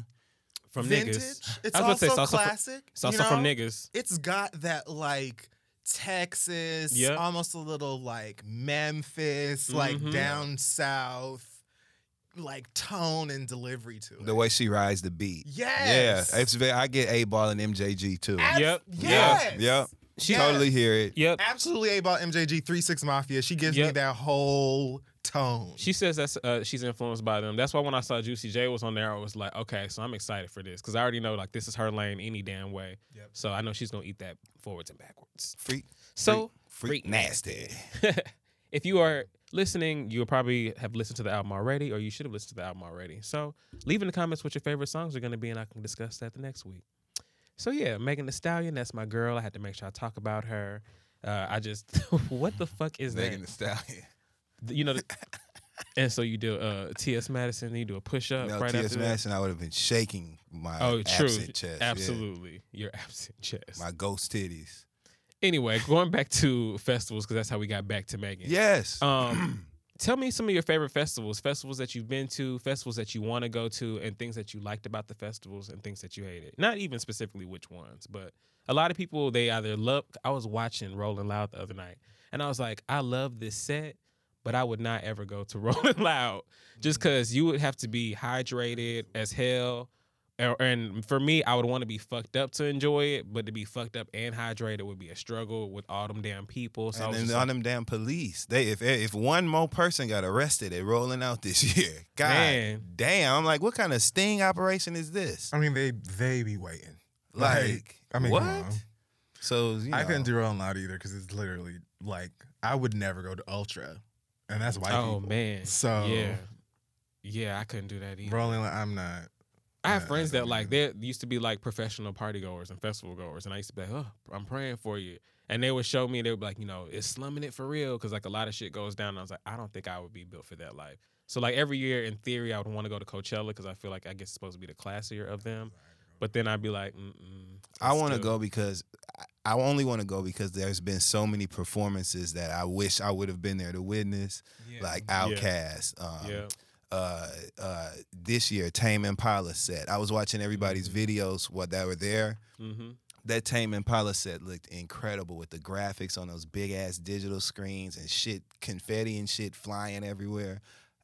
from
vintage.
niggas.
It's
I was about to say,
also
it's also from-
classic.
It's also
you know?
from niggas.
It's got that like Texas,
Yeah.
almost a little like Memphis,
Mhm.
like down south, like tone and delivery to it.
The way she rides the beat.
Yes.
Yeah. It's ve- I get A Ball and MJG too.
Abs-
Yep.
Yes.
Yep.
Yes.
Totally hear it.
Yep.
Absolutely A about MJG, 3 6 Mafia. She gives me
Yep.
that whole tone.
She says that's uh, she's influenced by them. That's why when I saw Juicy J was on there, I was like, okay, so I'm excited for this because I already know like this is her lane any damn way.
Yep.
So I know she's gonna eat that forwards and backwards.
Freak.
So
Freak,
freak
nasty.
if you are listening, you probably have listened to the album already, or you should have listened to the album already. So leave in the comments what your favorite songs are going to be, and I can discuss that the next week. So yeah, Megan Thee Stallion, that's my girl. I had to make sure I talk about her. Uh, I just, what the fuck is
Megan Thee
that?
Stallion.
You know, the- and so you do uh, T.S. Madison, then you do a push up
No,
right
T.S.
after
Madison, I would have been shaking my
that. Oh, true,
absent chest. yeah.
absolutely, your absent chest.
My ghost titties.
Anyway, going back to festivals because that's how we got back to Megan.
Yes.
Um, tell me some of your favorite festivals, festivals that you've been to, festivals that you want to go to, and things that you liked about the festivals and things that you hated. Not even specifically which ones, but a lot of people they either love. I was watching Rolling Loud the other night, and I was like, I love this set. But I would not ever go to Rolling Loud
Mm.
just because you would have to be hydrated as hell. A- And for me, I would want to be fucked up to enjoy it, but to be fucked up and hydrated would be a struggle with all them damn people. So I
and
was
then
just like,
on them damn police. They if if one more person got arrested at rolling out this year. God
Man.
damn. I'm like, what kind of sting operation is this?
I mean, they they be waiting.
Like,
I mean,
what?
come on.
So you know,
I couldn't do Rolling Loud either because it's literally like I would never go to Ultra, and that's white
oh
people.
man.
So-
yeah, yeah, I couldn't do that either.
Rolling Loud, I'm not.
I have
yeah,
friends
I
that
don't
like they used to be like professional party goers and festival goers, and I used to be like, oh, I'm praying for you. And they would show me, they would be like, you know, it's slumming it for real because like a lot of shit goes down. And I was like, I don't think I would be built for that life. So like every year in theory, I would want to go to Coachella because I feel like I guess it's supposed to be the classier of them. But then I'd be like, Mm-mm,
I
it's
want to
still-
go because I I only want to go because there's been so many performances that I wish I would have been there to witness, like Outkast, um,
Yeah.
uh, uh, this year Tame Impala set. I was watching everybody's videos what that were there.
Mm-hmm.
That Tame Impala set looked incredible with the graphics on those big ass digital screens and shit, confetti and shit flying everywhere.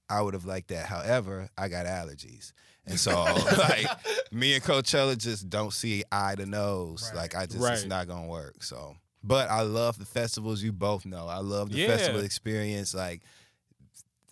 I would have liked that. However, I got allergies. And so, like, me and Coachella just don't see eye to nose. Like, I just, it's
Right.
not going to work. So, but I love the festivals. You both know. I love the
Yeah.
festival experience. Like,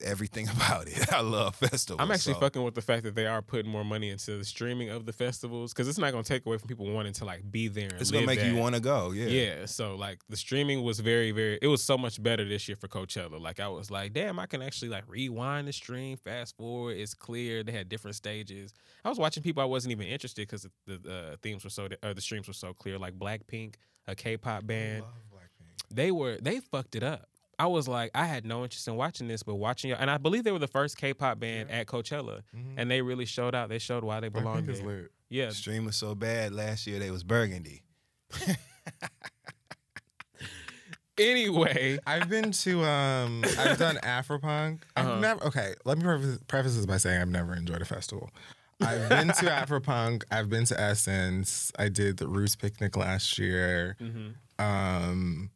everything about it. I love festivals.
I'm actually
so-
fucking with the fact that they are putting more money into the streaming of the festivals because it's not going to take away from people wanting to like be there. And
It's going to
live
make you
that.
want to go. Yeah.
Yeah. So like the streaming was very, very. It was so much better this year for Coachella. Like I was like, damn, I can actually like rewind the stream, fast forward. It's clear. They had different stages. I was watching people I wasn't even interested because the, the uh, themes were so, or the streams were so clear. Like Blackpink, a
Oh,
K-pop band,
Love Blackpink.
they were they fucked it up. I was like, I had no interest in watching this, but watching y'all, and I believe they were the first K-pop band at Coachella,
Mm-hmm.
Mm-hmm. and they really showed out. They showed why they belong
Blackpink is
there.
lit.
Yeah,
Stream was so bad last year, they was burgundy.
anyway,
I've been to um I've done Afropunk. I've
Uh-huh.
never okay, let me preface, preface this by saying I've never enjoyed a festival. I've been to Afropunk, I've been to Essence, I did the Roots Picnic
Mm-hmm. Oh.
last year. Um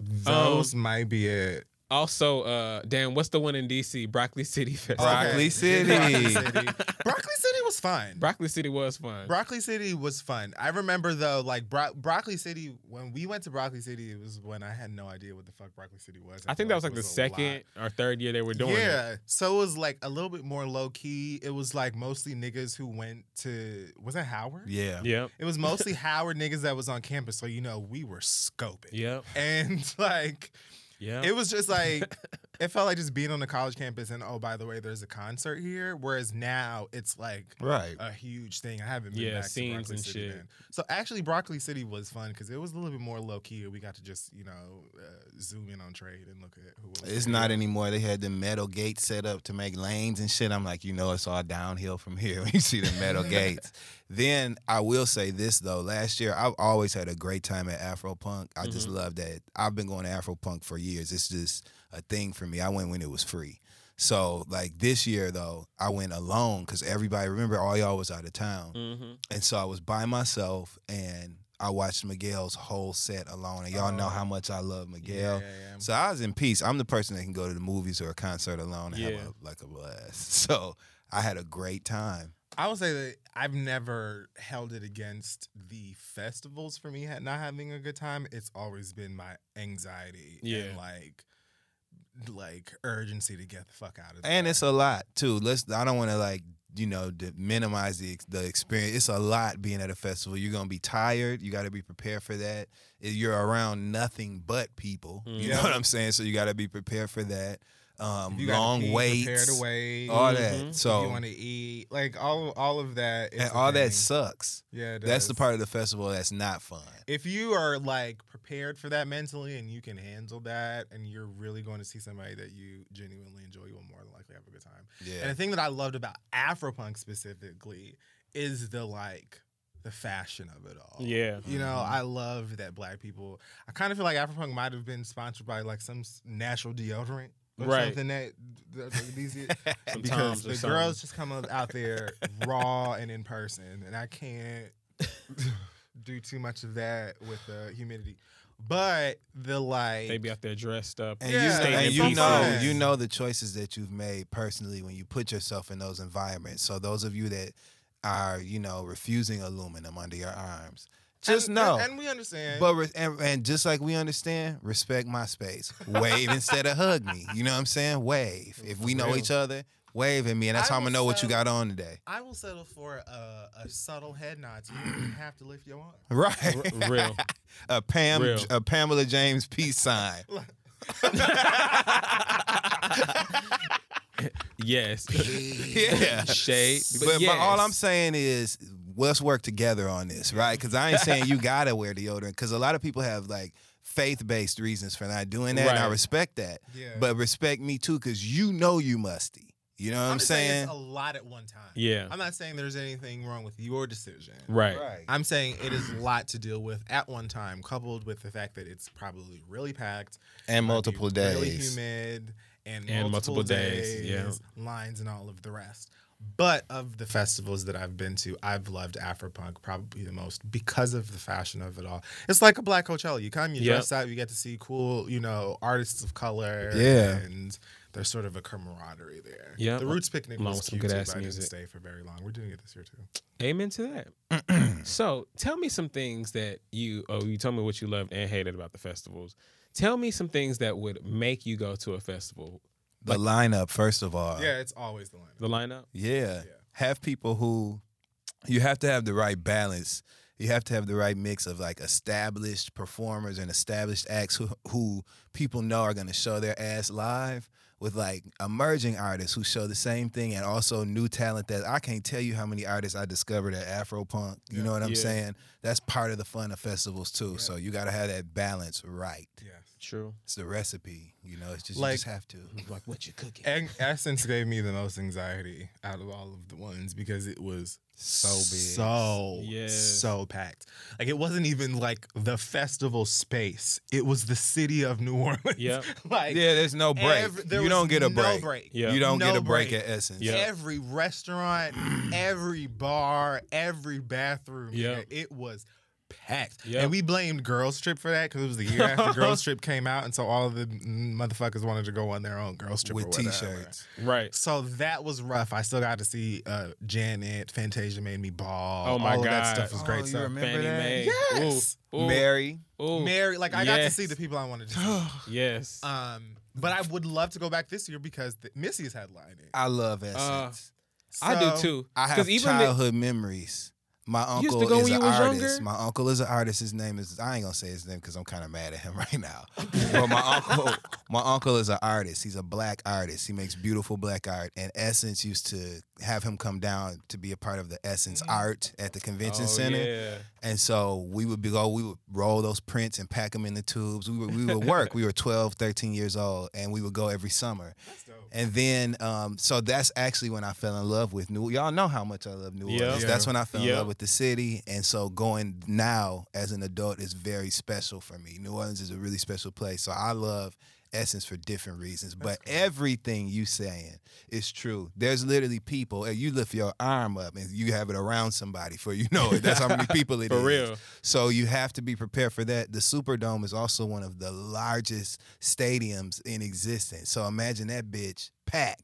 those might be it.
Also, uh, damn, what's the one in DC? Broccoli City Festival.
Oh, Broccoli City.
Broccoli City was fine.
Broccoli City was fun.
Broccoli City was fun. I remember though, like Bro- Broccoli City. When we went to Broccoli City, it was when I had no idea what the fuck Broccoli City was.
I think that was like the second or third year they were doing it.
yeah, so it was like a little bit more low key. It was like mostly niggas who went to was it Howard?
Yeah.
Yep.
It was mostly Howard niggas that was on campus. So you know we were scoping.
Yep.
And like
Yep.
it was just like it felt like just being on the college campus and oh by the way there's a concert here. Whereas now it's like
Right.
a huge thing. I haven't been
Yeah,
back
scenes
to Broccoli
and
City
shit.
then. So actually, Broccoli City was fun because it was a little bit more low key. We got to just you know uh, zoom in on trade and look at who. Was
It's
there.
not anymore. They had the metal gates set up to make lanes and shit. I'm like, you know, it's all downhill from here when you see the metal gates. Then I will say this though. Last year, I've always had a great time at Afro Punk. I just love that. I've been going to Afro Punk for years. It's just a thing for me. I went when it was free. So like this year though, I went alone because everybody remember all y'all was out of town,
Mm-hmm.
and so I was by myself and. I watched Miguel's whole set alone, and y'all know how much I love Miguel. So I was in peace. I'm the person that can go to the movies or a concert alone and
Yeah.
have a, like a blast. So I had a great time.
I would say that I've never held it against the festivals for me ha- not having a good time. It's always been my anxiety
Yeah.
and like like urgency to get the fuck out of there.
And it's a lot too. Let's. I don't want to like you know de- minimize the ex- the experience. It's a lot being at a festival. You're gonna be tired. You got to be prepared for that. Eh, You're around nothing but people. You know
Yeah.
what I'm saying. So you got to be prepared for that. Um,
Mm. If you gotta
long
pee, prepare
waits.
to wait.
All
Mhm.
that.
If
If
So
you want to eat, like all all of that, is
and
a
all
thing.
that sucks.
yeah, it
That's the
does.
part of the festival that's not fun.
if you are like prepared for that mentally and you can handle that and you're really going to see somebody that you genuinely enjoy, you will more than likely have a good time.
Yeah.
And the thing that I loved about Afropunk specifically is the like the fashion of it all.
Yeah.
You know,
Mm-hmm.
I love that black people. I kind of feel like Afropunk might have been sponsored by like some s- natural deodorant or
Right.
something that th- th- these
Toms
because
or
the
something.
girls just come up- out there raw and in person, and I can't do too much of that with the humidity. But the like,
They be out there dressed up.
And
Yeah,
you,
staying
and
in
you
places.
know,
sometimes.
you know the choices that you've made personally when you put yourself in those environments. So those of you that are, you know, refusing aluminum under your arms, just
and-
know.
and, and we understand.
but re- and, and just like we understand, respect my space. Wave instead of hug me. You know what I'm saying? Wave. If we know each other, wave at me, and that's
I
how I'm gonna
will
know what you
settle-
got on today.
I will settle for a, a subtle head nod. So you don't even have to lift your arm.
Right.
R- real.
a Pam,
Real.
a Pamela James peace sign.
Yes.
Yeah.
Shade.
But, but all I'm
yes.
saying is, let's work together on this, right? Because I ain't saying you gotta wear deodorant. Because a lot of people have like faith-based reasons for not doing that, and I
Right.
respect that.
Yeah.
But respect me too, because you know you musty. You know what I'm,
just
saying?
it's a lot at one time.
Yeah.
I'm not saying there's anything wrong with your decision.
Right.
I'm saying it is a lot to deal with at one time, coupled with the fact that it's probably really packed,
And
might be
multiple
really
days.
humid, and,
And
multiple,
multiple
days,
days, yeah.
lines, and all of the rest. But of the festivals that I've been to, I've loved Afropunk probably the most because of the fashion of it all. It's like a black Coachella. You come, you
Yep.
dress up, you get to see cool, you know, artists of color.
Yeah.
and there's sort of a camaraderie there.
Yep.
the Roots Picnic
Along
was
with some
cute, too,
good-ass
but I didn't
music.
stay for very long. We're doing it this year too.
Amen to that. so tell me some things that you oh you told me what you loved and hated about the festivals. Tell me some things that would make you go to a festival.
the lineup, first of all.
Yeah, it's always the lineup.
The lineup.
Yeah. Have people who you have to have the right balance. You have to have the right mix of like established performers and established acts who, who people know are going to show their ass live with like emerging artists who show the same thing and also new talent that I can't tell you how many artists I discovered at Afro Punk. You know what I'm
Yeah.
saying? That's part of the fun of festivals too. So you got to have that balance right.
Yes.
True.
It's the recipe, you know, it's just
Like-
you just have to.
Like what you cooking.
Eg- E- Essence gave me the most anxiety out of all of the ones because it was so
big.
so
Yes.
so packed. Like it wasn't even like the festival space; it was the city of New Orleans.
Yep.
like
Yeah, there's no break.
every- there
you
was
don't get a
no
break.
break.
Yeah.
You don't
No
get a break,
break.
at Essence.
Yeah.
Every restaurant, every bar, every bathroom.
Yep.
nigga, It was packed.
Yep.
And we blamed Girls Trip for that because it was the year after Girls Trip came out, and so all of the mm, motherfuckers wanted to go on their own Girls Trip
with
or whatever.
t-shirts.
Right.
So that was rough. I still got to see uh, Janet. Fantasia made me ball.
Oh, my
all Of that
God.
stuff was
Oh,
great.
you
stuff.
remember
Fannie
that?
Mae.
Yes.
Ooh, ooh,
Mary.
ooh.
Mary, like I got to
Yes.
see the people I wanted to see.
Yes.
um, but I would love to go back this year because the, Missy's headlining.
I love Essence.
I do
So,
too.
I
'Cause
have
Uh, even the-
childhood memories. My
used to
uncle
go
is
when
an
you was
artist.
younger?
My uncle is an artist. His name is I ain't gonna say his name because I'm kind of mad at him right now. but my uncle, my uncle is an artist. He's a black artist. He makes beautiful black art. And Essence used to have him come down to be a part of the Essence Art at the convention
Mm. Oh,
center.
yeah.
And so we would be go, we would roll those prints and pack them in the tubes. We would, we would work. we were 12, 13 years old, and we would go every summer. And then, um, so that's actually when I fell in love with New Y'all know how much I love New
Yeah.
Orleans. That's when I fell
Yeah.
in love with the city. And so going now as an adult is very special for me. New Orleans is a really special place. So I love Essence for different reasons. but everything you saying is true. There's literally people, and you lift your arm up and you have it around somebody for you know it. That's how many people it is.
For real.
So you have to be prepared for that. The Superdome is also one of the largest stadiums in existence. So imagine that bitch packed.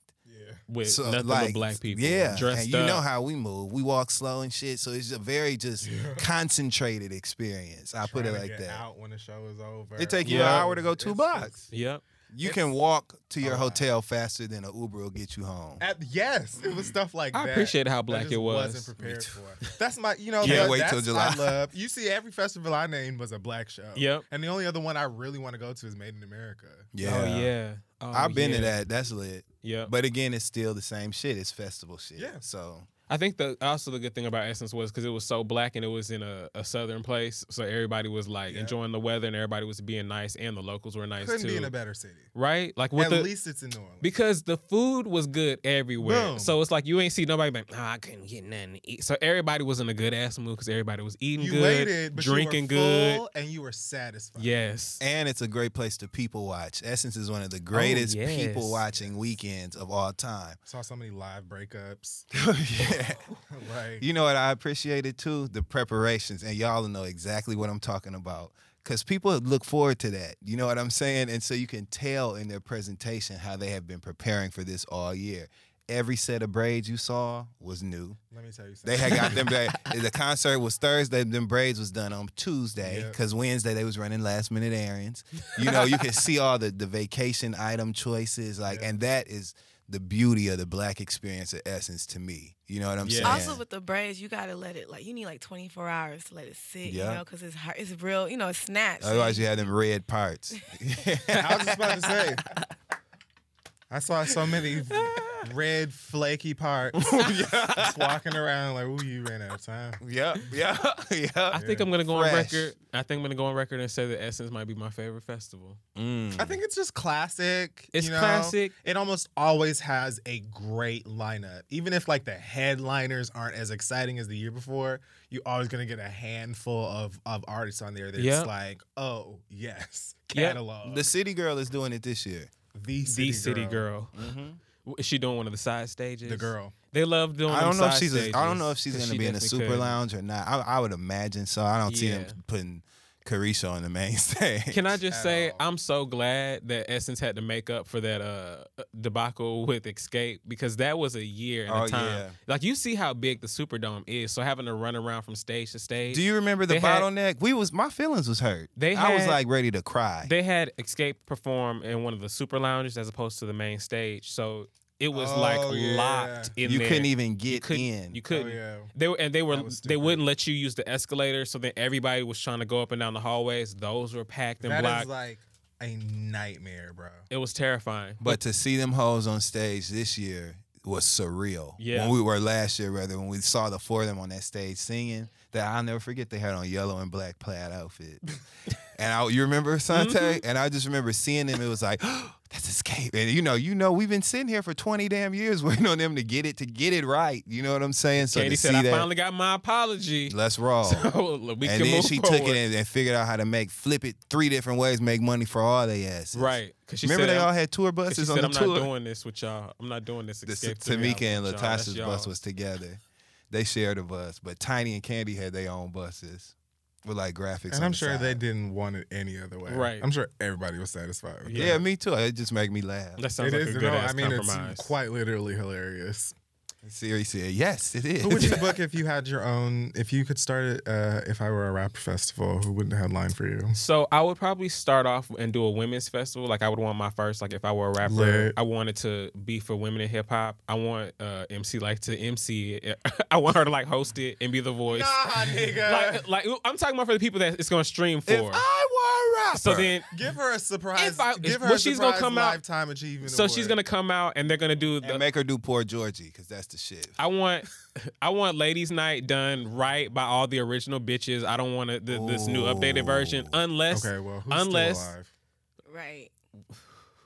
With
So
nothing
like,
but black people.
Yeah,
Dressed
and you
up.
know how we move. We walk slow and shit. So it's a very just concentrated experience. I put it
Trying to
like
get
that.
out when the show is over.
It take you an
Yeah.
hour to go two
It's-
blocks.
Yep.
You can walk to
Oh,
your hotel faster than an Uber will get you home.
At, yes, it was stuff like
I
that.
appreciate how
that I
black
just
it was.
Wasn't prepared for. That's my, you know,
Can't
that-
wait
that's
till July.
I love. You see, every festival I named was a black show.
Yep.
And the only other one I really want to go to is Made in America.
Oh yeah. Oh,
I've been
yeah. Uh,
to that. That's lit.
Yep.
But again, it's still the same shit. It's festival shit.
Yeah.
So
I think the also the good thing about Essence was because it was so black and it was in a, a southern place, so everybody was like enjoying the weather and everybody was being nice and the locals were nice
Couldn't
too.
be in a better city.
right? Like with
At
the
least it's in New Orleans.
because the food was good everywhere.
Boom.
So it's like you ain't see nobody like, nah, I couldn't get nothing to eat. So everybody was in a good ass mood because everybody was eating
you
good,
waited, but
drinking
you were
good.
full and you were satisfied.
Yes.
and it's a great place to people watch. Essence is one of the greatest
yes.
people watching weekends of all time.
Saw so many live breakups.
yeah.
like
You know what I appreciated too? The preparations. And y'all know exactly what I'm talking about. Cause people look forward to that. You know what I'm saying? And so you can tell in their presentation how they have been preparing for this all year. Every set of braids you saw was new.
let me tell you something.
They had got them. They, the concert was Thursday. Them braids was done on Tuesday
Yep.
because Wednesday they was running last minute errands. You know, you can see all the the vacation item choices, like, and that is the beauty of the black experience of Essence to me. You know what I'm
Yeah.
saying?
Also with the braids, you gotta let it like you need like 24 hours to let it sit,
Yeah.
you know, because it's hard, it's real, you know, it's snatched.
Otherwise, you had them red parts.
I was just about to say. I saw so many red flaky parts just walking around like, ooh, you ran out of time.
yeah, yeah, yeah.
I think I'm gonna go on
Fresh.
record. I think I'm gonna go on record and say that Essence might be my favorite festival.
I think it's just classic.
It's
you know?
classic.
It almost always has a great lineup. Even if like the headliners aren't as exciting as the year before, you're always gonna get a handful of of artists on there that's
Yep.
like, oh yes,
Yep.
catalog.
The City Girl is doing it this year.
The
The City, Girl. Is she doing one of the side stages?
The girl. Oh,
They love doing.
I don't
them
know if
side
she's. A, I don't know if she's
stages, 'cause
gonna be
she
in a
definitely
super
could.
lounge or not. I, I would imagine so. I don't see them
Yeah.
putting Carisha on the main stage.
Can I just
at
say
all.
I'm so glad that Essence had to make up for that uh debacle with Escape because that was a year and
Oh,
a time.
yeah.
Like you see how big the Superdome is, so having to run around from stage to stage.
Do you remember the
They had-
bottleneck? we was my feelings was hurt.
They
I was
had-
like ready to cry.
They had Escape perform in one of the super lounges as opposed to the main stage, so it was like
Oh, yeah.
locked in
you
there.
couldn't even Oh, get
couldn't-
in.
You couldn't.
yeah.
They were and they were
was
they
stupid.
wouldn't let you use the escalator, so then everybody was trying to go up and down the hallways. Those were packed and
That is
blocked.
like a nightmare, bro.
it was terrifying.
but to see them hoes on stage this year was surreal.
Yeah.
When we were last year, rather, when we saw the four of them on that stage singing, that I'll never forget they had on yellow and black plaid outfits. and I, you remember Sante?
Mm-hmm.
And I just remember seeing them. It was like, that's escape. And you know, you know, we've been sitting here for 20 damn years waiting on them to get it, to get it right. You know what I'm saying? So
Katie
to
said,
see
"I
that,
finally got my apology."
let's roll.
So we
and
can
then
move
she
forward.
took it and, and figured out how to make flip it three different ways, make money for all they asses.
Right. Because she
Remember
said,
they all
I'm-
had tour
'cause she
buses on
said,
the
I'm
tour.
not doing this with y'all. I'm not doing this.
the S-
Escape to me
Tamika and
album with y'all. That's
Latasha's
y'all."
bus was together. They shared a bus, but Tiny and Candy had their own buses. with like graphics.
And
on
I'm
the
sure
side.
they didn't want it any other way.
Right.
I'm sure everybody was satisfied with
Yeah,
that.
me too. It just make me laugh.
That sounds
it
like
is.
a
no,
good ass
I mean,
compromise.
it's quite literally hilarious.
Siri said, "Yes, it is."
Who would you book if you had your own? If you could start it, uh, if I were a rap festival, who wouldn't headline for you?
So I would probably start off and do a women's festival. Like I would want my first, like if I were a rapper,
Lit.
I wanted to be for women in hip hop. I want uh, MC like to MC. it. I want her to like host it and be the voice.
nigga.
Like, like I'm talking about for the people that it's gonna stream for.
if I were a rapper,
so then,
give her a surprise.
If I-
give her
well,
a
she's gonna
surprise
come out-
lifetime achievement.
so she's
award.
gonna come out and they're gonna do the
and make her do poor Georgie because that's the shit.
I want, I want Ladies Night done right by all the original bitches. I don't want to th- this new updated version, unless,
Okay, well, who's
unless,
still alive?
Right.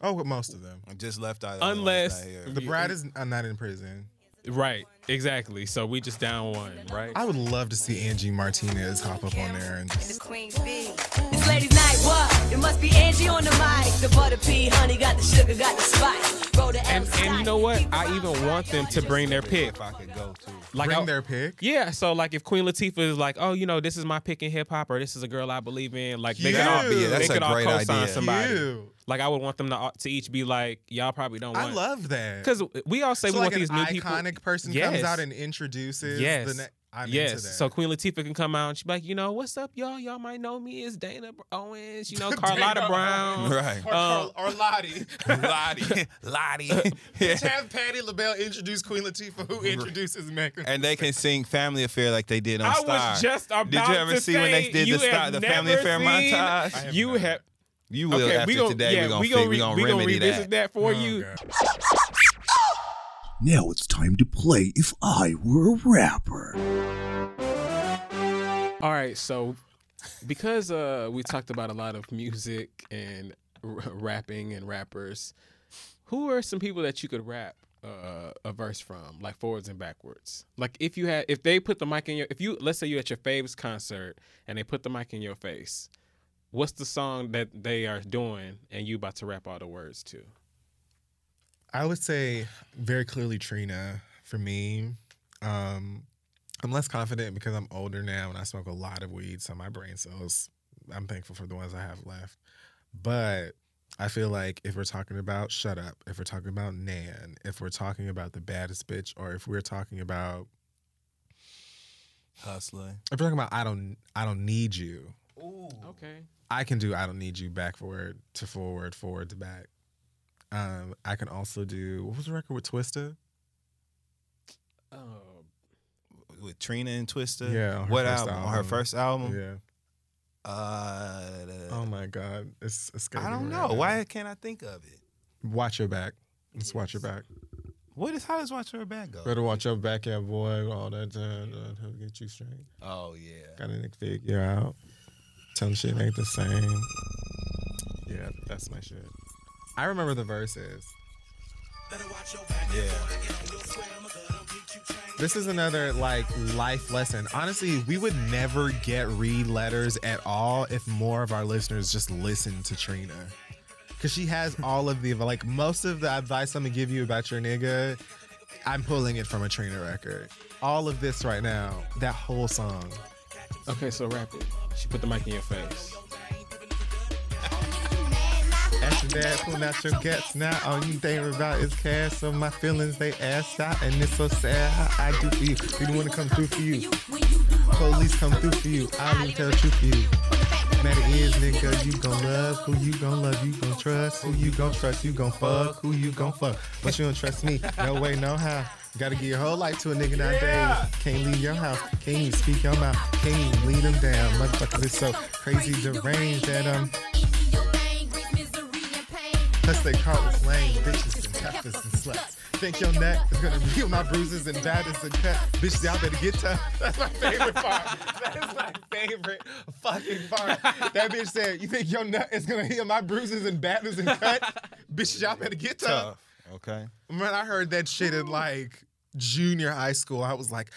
Oh, with most of them.
I just left out.
unless,
The bride is uh, not in prison.
right, exactly. So we just down one, right?
I would love to see Angie Martinez hop up on there and just.
Queen's B. It's ladies' night, what? It must be Angie on the mic. The butter pea, honey, got the sugar, got the spice. Roll the
And
L
and you know what? I even want them to bring their pick.
if I could go to.
Like
bring
I-
their pick.
Yeah, so like if Queen Latifah is like, oh, you know, this is my pick in hip hop, or this is a girl I believe in, like they could all,
That'd be it.
they
That's a
could all
great
co-sign
idea.
somebody.
Cute.
Like I would want them to all- to each be like, y'all probably don't want.
I love that.
because we all say
so
we
like
want these
an
new people.
iconic person
Yes.
comes out and introduces.
Yes.
The ne- I'm
yes.
Into that.
So Queen Latifah can come out and she's like, you know, what's up, y'all? Y'all might know me as Dana Owens, you know, Carlotta Brown.
Right.
Or,
Um,
or, or Lottie.
Lottie. Lottie. Yeah.
Have Patty LaBelle introduce Queen Latifah, who introduces Megan.
And they can sing Family Affair like they did on
I
Star.
was just about
Did you ever
to
see when they
say
did
you
the, Star,
have
the Family
never
Affair
seen-
montage?
You have
You will
okay.
after
We gonna
today.
yeah,
we're gonna
we
we
gonna,
we
re-
gonna
we gonna
remedy
revisit that,
that.
for
Oh,
you.
God.
Now it's time to play If I Were a Rapper.
All right, so because uh, we talked about a lot of music and r- rapping and rappers, who are some people that you could rap uh, a verse from, like forwards and backwards? Like if you had, if they put the mic in your, if you let's say you're at your faves concert and they put the mic in your face, what's the song that they are doing and you about to rap all the words to?
I would say very clearly Trina for me. Um, I'm less confident because I'm older now and I smoke a lot of weed, so my brain cells. I'm thankful for the ones I have left, but I feel like if we're talking about Shut Up, if we're talking about Nan, if we're talking about the baddest bitch, or if we're talking about
Hustling.
if we're talking about I don't I don't need you,
Okay,
I can do I don't need you back forward to forward forward to back. Um, I can also do what was the record with Twista?
uh,
With Trina and Twista.
Yeah, on her
what
first
album? On her
album.
first album?
Yeah.
Uh,
Oh my God, it's escaping.
I don't
me
know.
right now.
Why can't I think of it?
Watch your back. Let's watch your back.
What is how does Watch Her Back go?
Better watch your back, yeah, boy. All that time, uh, he'll get you straight.
Oh yeah.
Got to figure out. Tell him shit ain't the same. Yeah, that's my shit. I remember the verses.
Yeah.
This is another like life lesson. Honestly, we would never get read letters at all if more of our listeners just listened to Trina. Cause she has all of the like most of the advice I'm gonna give you about your nigga, I'm pulling it from a Trina record. All of this right now, that whole song.
okay, so rap it. She put the mic in your face.
After that, pull out your guts now. All you think about is cash. So my feelings they ass out, and it's so sad how I do for you. We don't wanna come through for you. Police come through for you. I will tell the truth for you. Matter is, nigga, you gon' love who you gon' love, you gon' trust who you gon' trust, you gon' fuck who you gon' fuck. But you don't trust me, no way, no how. Gotta give your whole life to a nigga nowadays. Can't leave your house, can't even speak your mouth, can't even lead them down. Motherfuckers is so crazy deranged that um, I'm. Plus they call us lame bitches and tappers and sluts. Think your neck is gonna heal my bruises and batters and cut. Bitches, y'all better get tough. That's my favorite part. That is my favorite fucking part. That bitch said, "You think your nut is gonna heal my bruises and batters and cut? Bitches, y'all better get tough."
Okay.
Man, I heard that shit in like junior high school. I was like.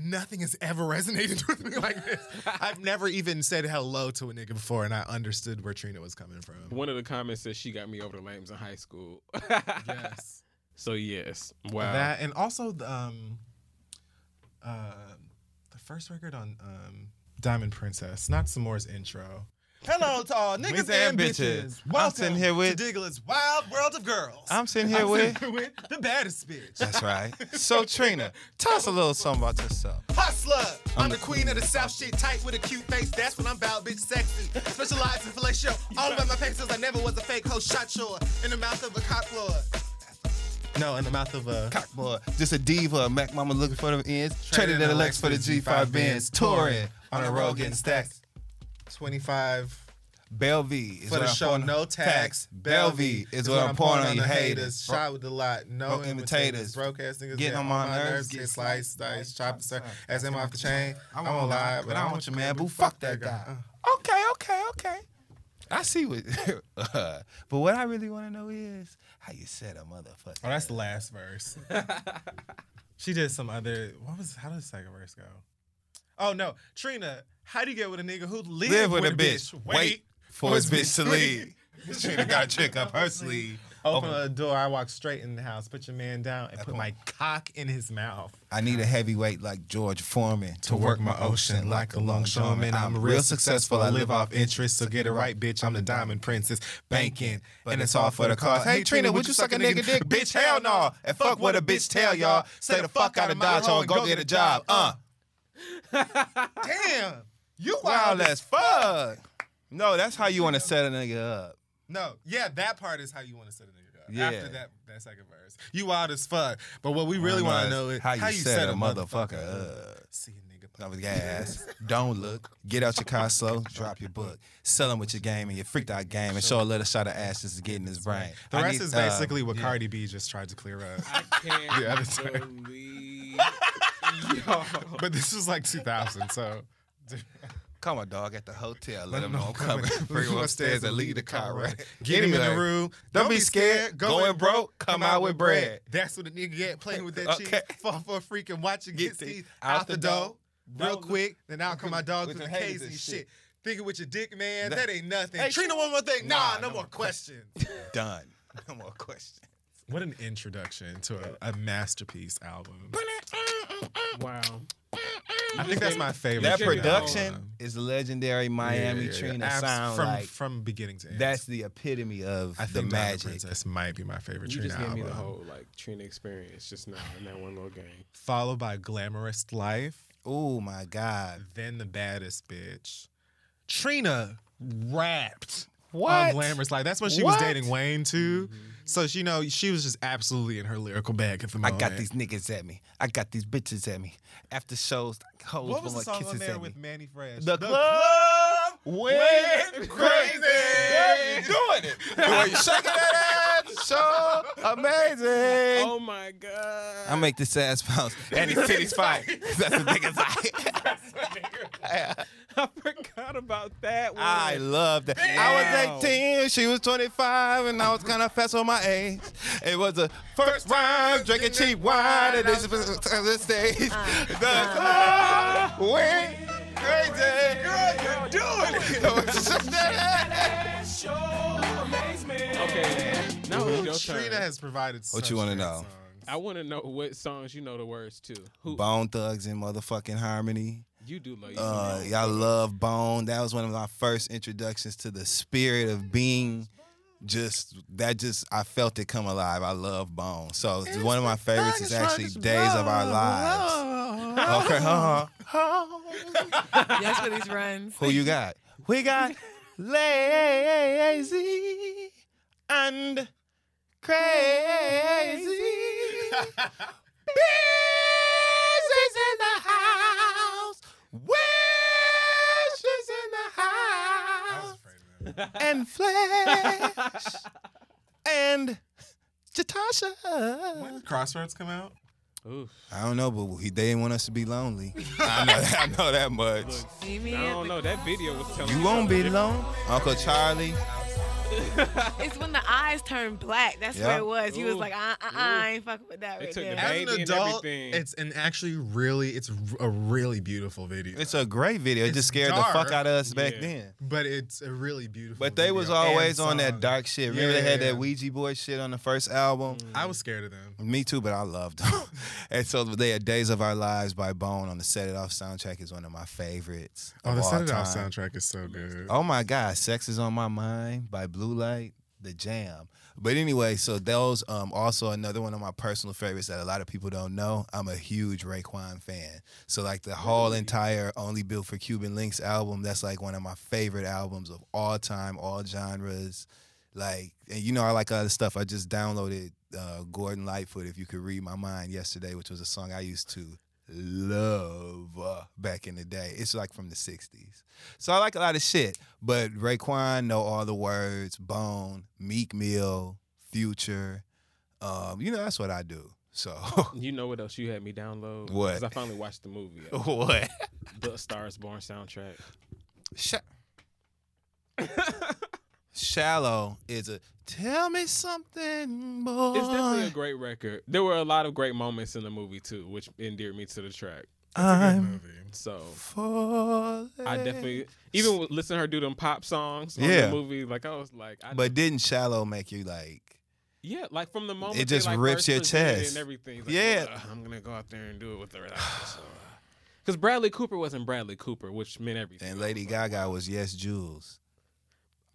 Nothing has ever resonated with me like this. I've never even said hello to a nigga before, and I understood where Trina was coming from.
One of the comments says she got me over the lames in high school.
Yes.
So yes, wow.
That and also the um, uh, the first record on um, Diamond Princess, not S'more's intro.
Hello to all niggas
Niggas
and
and
bitches.
bitches.
Welcome
I'm sitting here with-
to Diglett's Wild World of Girls.
I'm sitting here
I'm
with-
sitting here with the baddest bitch.
That's right. So Trina, tell us a little something about yourself.
Hustler, I'm the queen of the South shit, tight with a cute face. That's what I'm about, bitch sexy. Specialized in fellatio. All about my papers, I never was a fake hoe shot sure. In the mouth of a cock lord.
No, in the mouth of a cockboy. Just a diva, a Mac Mama looking for them ends. Traded that Lex for the G5 Benz. Touring on a road getting stacked.
25
Belvie is
for
what
the
I'm
show,
pouring-
no tax.
Belvie is what I'm pouring on you haters.
Shot with the lot, no
Bro- imitators.
imitators. Broke ass niggas
Getting
get
on my nerves, get
get sliced, diced, chopped, sir. As him off the chain.
I
I
won't
won't lie, but I want your man, boo. Fuck that guy.
Okay, okay, okay. I see what, but what I really want to know is how you said a motherfucker.
Oh, that's the last verse. she did some other. What was? How did the second verse go? Oh no, Trina. How do you get with a nigga who live,
Live with a bitch. Wait for his bitch to leave.
leave.
Trina got a trick up her sleeve.
Open
Open-
the door. I walk straight in the house. Put your man down and put my cock in his mouth.
I need a heavyweight like George Foreman to,
work my ocean like a longshoreman. I'm real successful. I live off interest, so get it right, bitch. I'm the diamond princess, banking, and it's all for the cause. Hey Trina, would you suck a nigga dick? Bitch, hell no. And fuck what a bitch tell y'all. Stay the fuck out of Dodge on, go get a job. Uh.
Damn.
You wild as fuck. No, that's how you want to set a nigga up.
No, yeah, that part is how you want to set a nigga up.
Yeah.
After that, that second verse, you wild as fuck. But what we
I
really
know
want to
is
know is
how you, set, a motherfucker, up.
See a nigga.
That was gas. Don't look. Get out your car slow. Drop your book. Sell him with your game and your freaked out game and show a little shot of ass just to get in his brain.
The
I
rest
need,
is
uh,
basically what
yeah.
Cardi B just tried to clear up.
can't
the other time.
believe.
but this was like 2000, so
Come on, dog, at the hotel. Let,
Let
him
him know
know I'm coming.
coming.
Bring him upstairs and leave the car right.
Get him in the room.
Don't be scared. Going broke. Come out with bread.
That's what a nigga get playing with that
Okay.
shit. Fall for a freak and watch it
Get
get
the-
teeth
out
out
the
the door
door.
real
Don't-
quick. Then out come my dog
with
through the
them haters
case
and
and
shit.
shit. Thinking with your dick, man,
Nah.
that ain't nothing.
Hey,
Trina, one more thing.
Nah,
Nah, no,
no
more
more
questions.
Done. No more questions.
What an introduction to a, a masterpiece album.
Wow.
I think that's my favorite.
That
shit on the
production
album.
is legendary Miami
Yeah, yeah, yeah.
Trina
Abs-
sound.
from
like,
from beginning to end.
that's the epitome of
I
the
think Diamond
magic.
Princess might be my favorite
You
Trina
just gave me
album.
the whole like Trina experience just now in that one little game.
Followed by Glamorous Life,
Oh my God.
then the baddest bitch. Trina rapped
What?
on Glamorous Life. That's when she
What?
was dating Wayne
Mm-hmm.
too. So she know she was just absolutely in her lyrical bag at the
I
moment.
got these niggas at me. I got these bitches at me. After shows, hoes
What was the
want
song on
kisses
there
at me.
with Manny Fresh?
The, club went crazy. Girl, you doing it. The way you shaking that ass, so amazing.
Oh my god.
I make this ass bounce and his titties fight. That's the niggas I.
I forgot about that one.
I love that. I was 18, she was 25, and I was kind of fast on my age. It was the first rhyme, drinking cheap wine Uh, at this, at this stage. The club went crazy. Girl, you're doing it.
Okay. Now it's your turn.
Trina has provided.
What
such
you wanna
great
know?
songs.
I want to know what songs you know the words to. Who
Bone Thugs in motherfucking harmony.
you do love? Oh, You
Uh,
do know.
y'all love Bone. That was one of my first introductions to the spirit of being. Just that, just I felt it come alive. I love Bone. So it's one of my favorites is actually Days of Our Lives. Okay, uh-huh. huh?
Yes, for these runs.
Who you got? We got lazy and crazy. Business in the house. Wishes in the house. And flesh. and Jatasha.
When did Crossroads come out?
Oof.
I don't know, but he, they didn't want us to be lonely. I know, that- I know that much.
See me
I
at
don't
the-
know. That video was telling
You
me
won't
something
be
different.
alone, Uncle Charlie.
it's when the eyes turn black. That's where
Yeah.
it was. You was
Ooh.
like, uh, uh, uh, I ain't fucking with that right there.
As an adult, it's an actually really, it's a really beautiful video.
It's a great video. It just scared the fuck out of us back then.
But it's a really beautiful.
But they was
video.
always
And
on that
song.
dark shit. Remember they had
Yeah. Mm.
that Ouija board shit on the first album?
I was scared of them.
Me too, but I loved them. and so they had Days of Our Lives by Bone on the Set It Off soundtrack is one of my favorites.
Oh, the
of all
Set It Off
time.
soundtrack is so good.
Oh my God, Sex is on My Mind by Blue Light, the jam. But anyway, so those um also another one of my personal favorites that a lot of people don't know. I'm a huge Raekwon fan. So like the whole entire Only Built for Cuban Links album, that's like one of my favorite albums of all time, all genres. Like and you know I like other stuff. I just downloaded uh, Gordon Lightfoot, if you could read my mind yesterday, which was a song I used to love uh, back in the day. It's like from the 60s. So I like a lot of shit, but Raekwon know all the words, Bone, Meek Mill, Future. Um, you know that's what I do. So
You know what else you had me download?
What?
Because I finally watched the movie.
Oh.
What?
The Stars Born soundtrack.
Shut. Shallow is a tell me something more.
It's definitely
Uh,
a great record. There were a lot of great moments in the movie too, which endeared me to the track.
I'm
So
falling.
I definitely even with- listening to her do them pop songs on
Yeah.
the movie. Like I was like, I,
But didn't Shallow make you like
yeah, like from the moment
it
they,
just
like,
rips
first
your
presented it
chest.
and everything. it's like,
Yeah.
"Ugh, I'm gonna go out there and do it with the right Because Bradley Cooper wasn't Bradley Cooper, which meant everything.
And Lady Gaga was Yes Jules.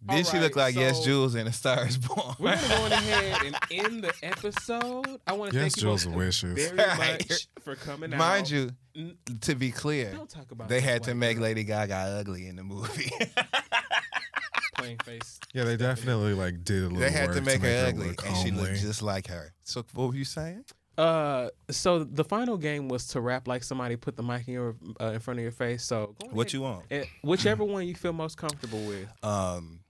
All
Did she look
right,
like Yes
so-
Jules in A Star Is Born?
We're gonna go on ahead and end the episode. I want to
Yes,
thank you both
Jules Wishes.
very
Right.
much for coming out.
Mind you,
N-
to be clear,
Don't talk about
they
this
had to
white
make Lady Gaga ugly in the movie.
plain face.
Yeah, they definitely like did a little.
they had to
work
make her ugly,
look
and she looked
homely.
just like her. So what were you saying?
Uh, so the final game was to rap like somebody put the mic in your uh, in front of your face. So go
What
ahead.
you want?
Eh, whichever one you feel most comfortable with.
Um,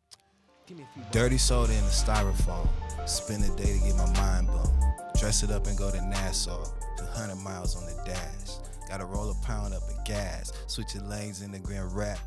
dirty soda in the styrofoam. Spend a day to get my mind blown. Dress it up and go to Nassau. 200 miles on the dash. Gotta roll a pound up of gas. Switching lanes in the grand rap.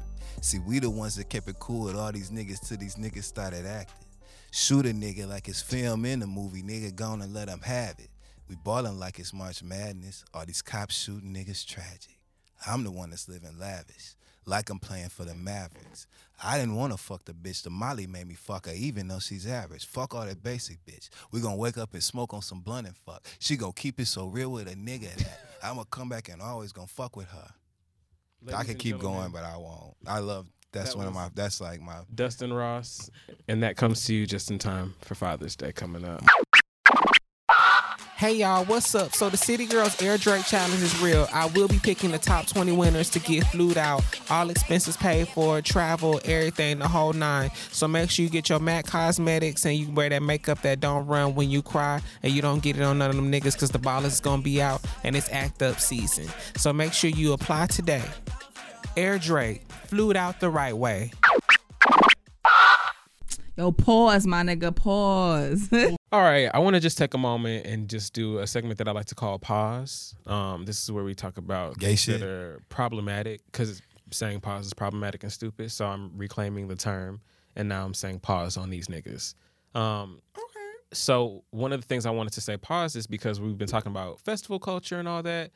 See, we the ones that kept it cool with all these niggas till these niggas started acting. Shoot a nigga like it's film in the movie, nigga. Gonna let 'em have it. We ballin' like it's March Madness. All these cops shooting niggas tragic. I'm the one that's living lavish, like I'm playing for the Mavericks. I didn't want to fuck the bitch. The Molly made me fuck her, even though she's average. Fuck all that basic bitch. We gonna wake up and smoke on some blunt and fuck. She gonna keep it so real with a nigga that I'ma come back and always gonna fuck with her. I
Ladies
could
and
keep going,
gentlemen.
but I won't. I love. That's
That
one of
was-
my. That's like my.
Dustin Ross, and that comes to you just in time for Father's Day coming up.
Hey y'all, what's up? So the City Girls Air Drake Challenge is real. I will be picking the top 20 winners to get flued out. All expenses paid for, travel, everything, the whole nine. So make sure you get your MAC Cosmetics and you wear that makeup that don't run when you cry and you don't get it on none of them niggas because the ball is going to be out and it's act up season. So make sure you apply today. Air Drake, flued out the right way.
Yo, pause, my nigga, pause.
All right, I want to just take a moment and just do a segment that I like to call pause. Um, this is where we talk about
Gay
things
shit.
that are problematic because saying pause is problematic and stupid. So I'm reclaiming the term, and now I'm saying pause on these niggas. Um, okay. So one of the things I wanted to say pause is because we've been talking about festival culture and all that.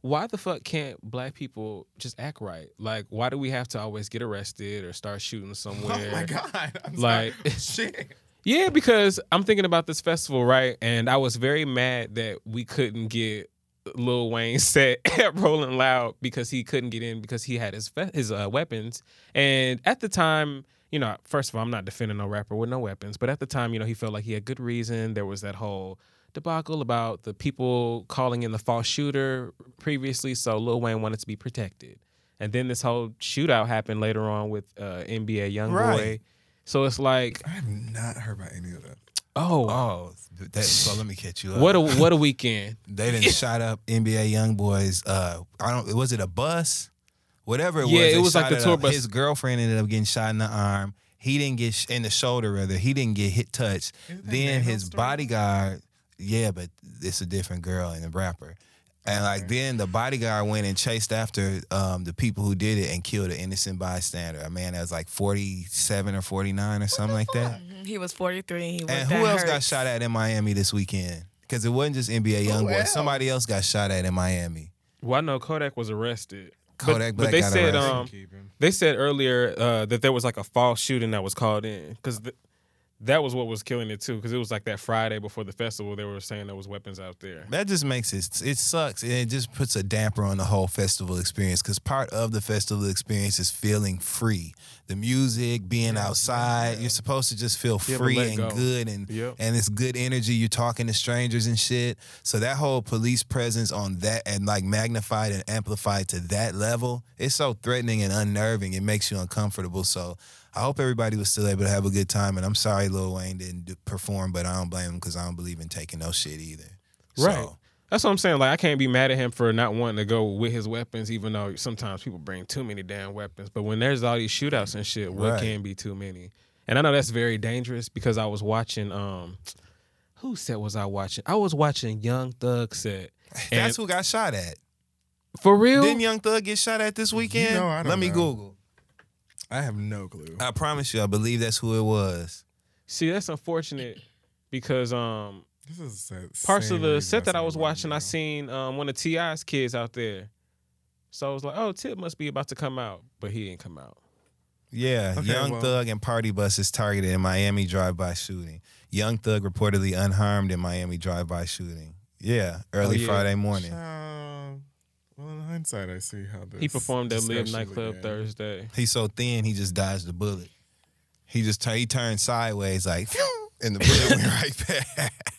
Why the fuck can't black people just act right? Like, why do we have to always get arrested or start shooting somewhere?
Oh my god! I'm
like.
sorry. shit.
Yeah, because I'm thinking about this festival, right? And I was very mad that we couldn't get Lil Wayne set at Rolling Loud because he couldn't get in because he had his fe- his uh, weapons. And at the time, you know, first of all, I'm not defending no rapper with no weapons, but at the time, you know, he felt like he had good reason. There was that whole debacle about the people calling in the false shooter previously, so Lil Wayne wanted to be protected. And then this whole shootout happened later on with uh, NBA YoungBoy.
Right.
So it's like
Not heard about any of that.
Oh,
oh, that, so let me catch you up.
What a what a weekend!
They didn't shot up NBA young boys. Uh, I don't. Was it a bus? Whatever it was.
Yeah, it
they
was like
shot
the tour
up.
bus.
His girlfriend ended up getting shot in the arm. He didn't get sh- in the shoulder rather. He didn't get hit touched. Then his bodyguard. Yeah, but it's a different girl and a rapper. And like then the bodyguard went and chased after um, the people who did it and killed an innocent bystander, a man that was like forty seven or forty nine or something like that.
Mm-hmm. He was 43 and he was that
And who else got
hurt.
shot at in Miami this weekend? Because it wasn't just NBA YoungBoy.
else?
Somebody else got shot at in Miami.
Well, I know Kodak was arrested. but,
Kodak Black
but they
got
said
arrested.
um, they said earlier uh, that there was like a false shooting that was called in because that was what was killing it too because it was like that Friday before the festival they were saying there was weapons out there.
That just makes it it sucks. And it just puts a damper on the whole festival experience because part of the festival experience is feeling free. The music, being outside, you're supposed to just feel
Be able to
free
let
and
go.
good and
Yep.
and it's good energy. You're talking to strangers and shit. So that whole police presence on that and like magnified and amplified to that level, it's so threatening and unnerving. It makes you uncomfortable. So I hope everybody was still able to have a good time. And I'm sorry Lil Wayne didn't do, perform, but I don't blame him because I don't believe in taking no shit either.
Right.
So-
That's what I'm saying. Like I can't be mad at him for not wanting to go with his weapons, even though sometimes people bring too many damn weapons. But when there's all these shootouts and shit, what
Right.
can be too many? And I know that's very dangerous because I was watching um who set was I watching? I was watching Young Thug set.
That's who got shot at.
For real?
Didn't Young Thug get shot at this weekend?
know, I don't
Let me
know.
Google. Uh,
I have no clue.
I promise you, I believe that's who it was.
See, that's unfortunate because um
This is the
parts
same
of the
reason
set
I
that I
said
was watching, I seen um, one of T.I.'s kids out there. So I was like, oh, Tip must be about to come out, but he didn't come out.
Yeah,
Okay,
Young
well-
Thug and Party Bus is targeted in Miami drive-by shooting. Young Thug reportedly unharmed in Miami drive-by shooting. Yeah, early
Oh, yeah.
Friday morning.
Uh, well, in hindsight, I see how this
He performed at Live
discussion
nightclub
began.
Thursday.
He's so thin, he just dodged the bullet. He just tur- he turned sideways like, phew, and the bullet went right back.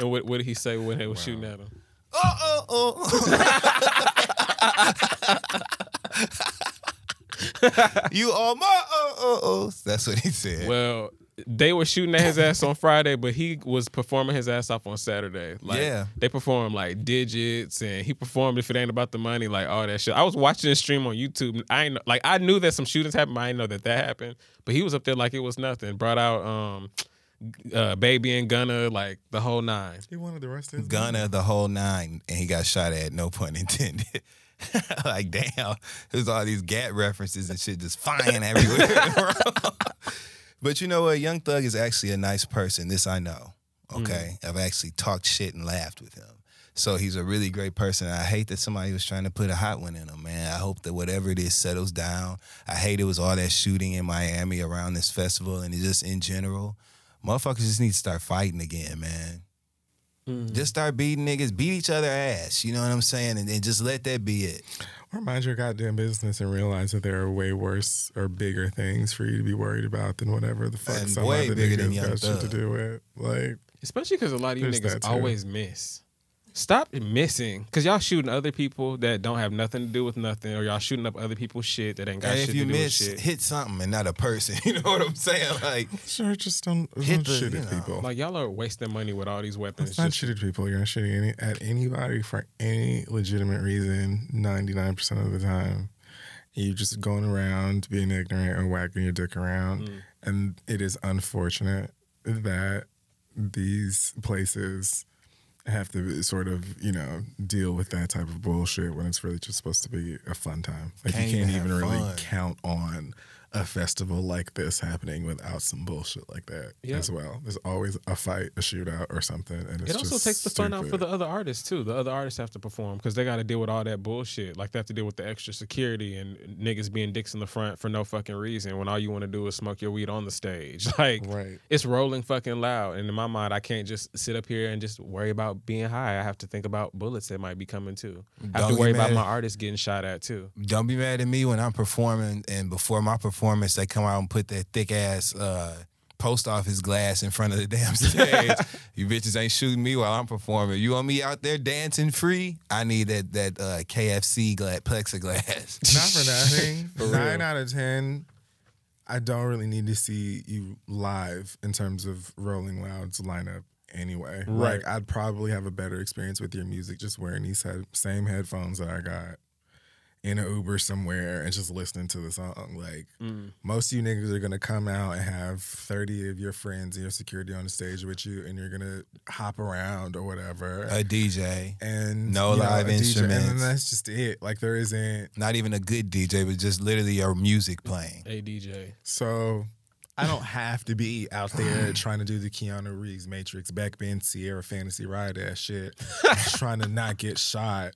And what, what did he say when they were shooting at him?
Oh, oh, oh. you all my oh, oh, oh. That's what he said.
Well, they were shooting at his ass on Friday, but he was performing his ass off on Saturday. Like,
Yeah.
They performed like digits, and he performed if it ain't about the money, like all that shit. I was watching this stream on YouTube. I ain't like I knew that some shootings happened. but I didn't know that that happened, but he was up there like it was nothing. Brought out um, uh, baby and Gunna, like the whole nine.
He wanted the rest of his
Gunna the whole nine, and he got shot at. No pun intended. like damn, there's all these Gat references and shit just flying everywhere. but you know what? Young Thug is actually a nice person. This I know. Okay, I've actually talked shit and laughed with him. So he's a really great person. I hate that somebody was trying to put a hot one in him, man. I hope that whatever it is settles down. I hate it was all that shooting in Miami around this festival and just in general. Motherfuckers just need to start fighting again, man. Just start beating niggas, beat each other ass. You know what I'm saying? And, and just let that be it.
Or mind your goddamn business and realize that there are way worse or bigger things for you to be worried about than whatever the fuck
And
some
way
other
bigger than
niggas
Young
got shit to
Thug.
do with. Like,
Especially because a lot of you
There's
niggas
that, too.
always miss. Stop missing, cause y'all shooting other people that don't have nothing to do with nothing, or y'all shooting up other people's shit that ain't got
And
shit
if you
to do with
miss,
shit.
hit something and not a person. You know what I'm saying? Like,
sure, just don't,
Hit
don't
the-
shit
you
at
know.
people.
Like y'all are wasting money with all these weapons.
It's not
Just-
shit at people. You're not shitting any, at anybody for any legitimate reason 99% of the time. You're just going around being ignorant and whacking your dick around.
Mm.
And it is unfortunate that these places have to sort of, you know, deal with that type of bullshit when it's really just supposed to be a fun time. Like,
Can't
you
even
can't
have
even really
fun.
count on a festival like this happening without some bullshit like that
Yeah.
as well. There's always a fight, a shootout, or something. And it's
it also
just
takes the fun out for
stupid.
the other artists too. The other artists have to perform because they got to deal with all that bullshit. Like they have to deal with the extra security and niggas being dicks in the front for no fucking reason when all you want to do is smoke your weed on the stage. Like
Right.
it's rolling fucking loud, and in my mind, I can't just sit up here and just worry about being high. I have to think about bullets that might be coming too. I have
Don't
to
you
worry about
matter-
my artists getting shot at too.
don't be mad at me when I'm performing and before my performance they come out and put that thick ass uh, post office glass in front of the damn stage. you bitches ain't shooting me while I'm performing. You want me out there dancing free? I need that that uh, KFC gla- plexiglass.
Not for nothing.
For
Nine
real.
out of ten. I don't really need to see you live in terms of Rolling Loud's lineup anyway.
Right.
Like I'd probably have a better experience with your music just wearing these head- same headphones that I got in an Uber somewhere and just listening to the song. Like
Mm.
most of you niggas are gonna come out and have thirty of your friends and your security on the stage with you, and you're gonna hop around or whatever.
A DJ.
and
No
you know,
live
a DJ, and then
instruments.
that's just it. Like there isn't
not even a good DJ, but just literally your music playing.
Hey DJ.
So I don't have to be out there trying to do the Keanu Reeves Matrix backbend Sierra Fantasy Ride ass shit, trying to not get shot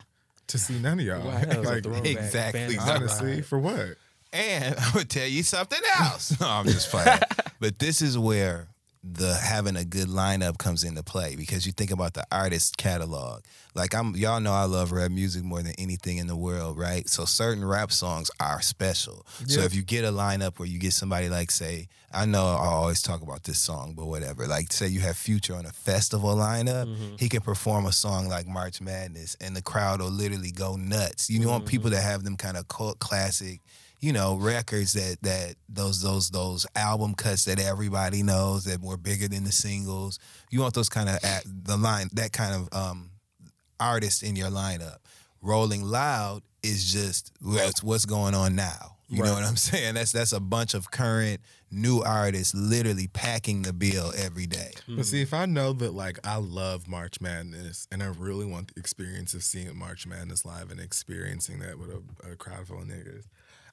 to see none of y'all.
Wow, that was a throwback. Fantasy
exactly. Honestly,
Ride.
for what?
And I would tell you something else. No, I'm just playing. but this is where the having a good lineup comes into play because you think about the artist catalog. Like I'm y'all know I love rap music more than anything in the world, right? So certain rap songs are special. So
Yeah.
if you get a lineup where you get somebody like say, I know I always talk about this song, but whatever. Like say you have Future on a festival lineup,
Mm-hmm.
he can perform a song like March Madness and the crowd will literally go nuts. You want people to have them kind of cult classic you know records that that those those those album cuts that everybody knows that were bigger than the singles you want those kind of at the line that kind of um artist in your lineup rolling loud is just what's what's going on now you know
Right.
what i'm saying that's that's a bunch of current new artists literally packing the bill every day
But see, if I know that like I love March Madness and I really want the experience of seeing March Madness live and experiencing that with a, a crowd full of niggas,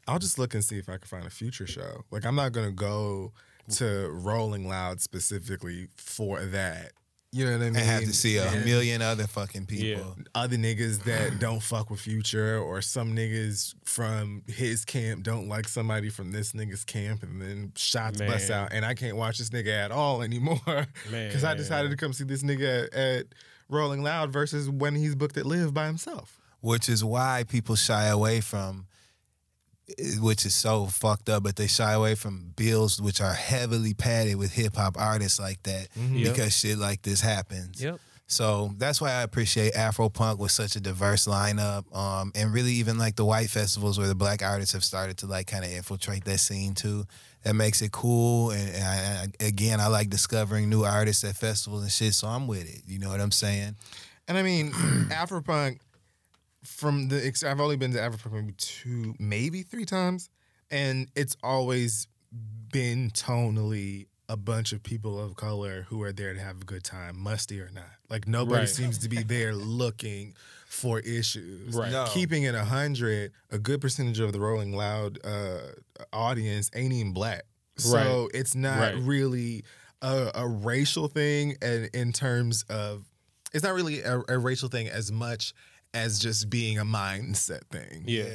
I'll just look and see if I can find a future show. Like I'm not gonna go to Rolling Loud specifically for that. You know what I mean?
and have to see a
And
million other fucking people
Other niggas that don't fuck with Future, or some niggas from his camp don't like somebody from this nigga's camp, and then shots bust
Man.
out, and I can't watch this nigga at all anymore. Because I
Man.
decided to come see this nigga at, at Rolling Loud versus when he's booked at Live by himself.
which is why people shy away from eh, which is so fucked up but they shy away from bills which are heavily padded with hip hop artists like that
Mhm. Yep.
because shit like this happens
Yep.
so that's why I appreciate Afro Punk with such a diverse lineup, um, and really even like the white festivals where the black artists have started to like kind of infiltrate that scene too. That makes it cool, and, and I, I- again, I like discovering new artists at festivals and shit. So I'm with it. You know what I'm saying?
And I mean, Afropunk from the ex- I've only been to Afropunk maybe two, maybe three times, and it's always been tonally a bunch of people of color who are there to have a good time, musty or not. Like nobody
Right.
seems to be there looking for issues.
Right. No.
Keeping it hundred, a good percentage of the Rolling Loud uh, audience ain't even black, so
Right.
it's not
Right.
really a, a racial thing and in terms of it's not really a, a racial thing as much as just being a mindset thing
Yeah.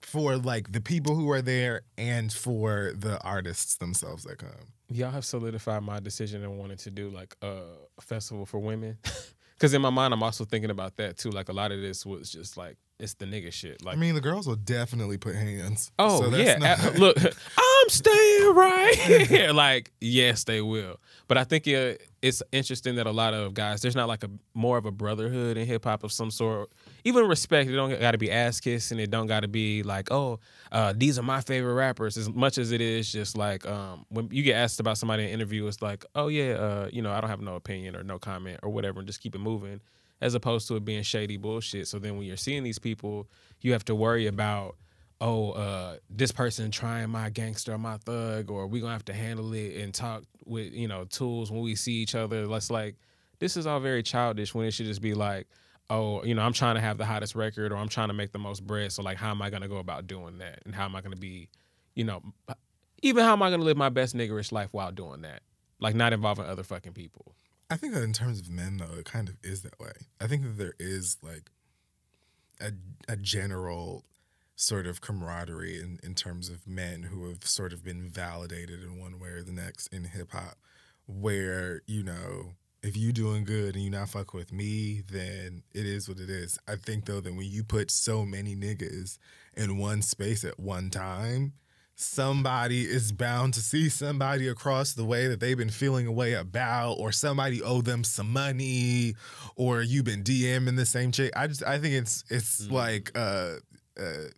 for like the people who are there and for the artists themselves that come
Y'all have solidified my decision and wanted to do like a festival for women. Because in my mind, I'm also thinking about that too. Like a lot of this was just like it's the nigga shit. Like
i mean the girls will definitely put hands
Oh
so that's
yeah,
not-
Uh, look, I'm staying right here. like yes, they will. But I think yeah, it's interesting that a lot of guys, there's not like a more of a brotherhood in hip hop of some sort. Even respect, it don't got to be ass kissing. It don't got to be like, oh, uh, these are my favorite rappers. As much as it is just like um, when you get asked about somebody in an interview, it's like, oh yeah, uh, you know, I don't have no opinion or no comment or whatever, and just keep it moving. As opposed to it being shady bullshit. So then when you're seeing these people, you have to worry about oh, uh, this person trying my gangster or my thug, or we gonna have to handle it and talk with you know tools when we see each other. Let's like, this is all very childish when it should just be like, oh, you know, I'm trying to have the hottest record or I'm trying to make the most bread. So like, how am I gonna go about doing that? And how am I gonna be, you know, even how am I gonna live my best niggerish life while doing that? Like not involving other fucking people.
I think that in terms of men, though, it kind of is that way. I think that there is like a, a general sort of camaraderie in, in terms of men who have sort of been validated in one way or the next in hip hop, where, you know, if you doing good and you not fuck with me, then it is what it is. I think though that when you put so many niggas in one space at one time, somebody is bound to see somebody across the way that they've been feeling a way about or somebody owe them some money or you've been DMing the same chick. I just I think it's it's like uh uh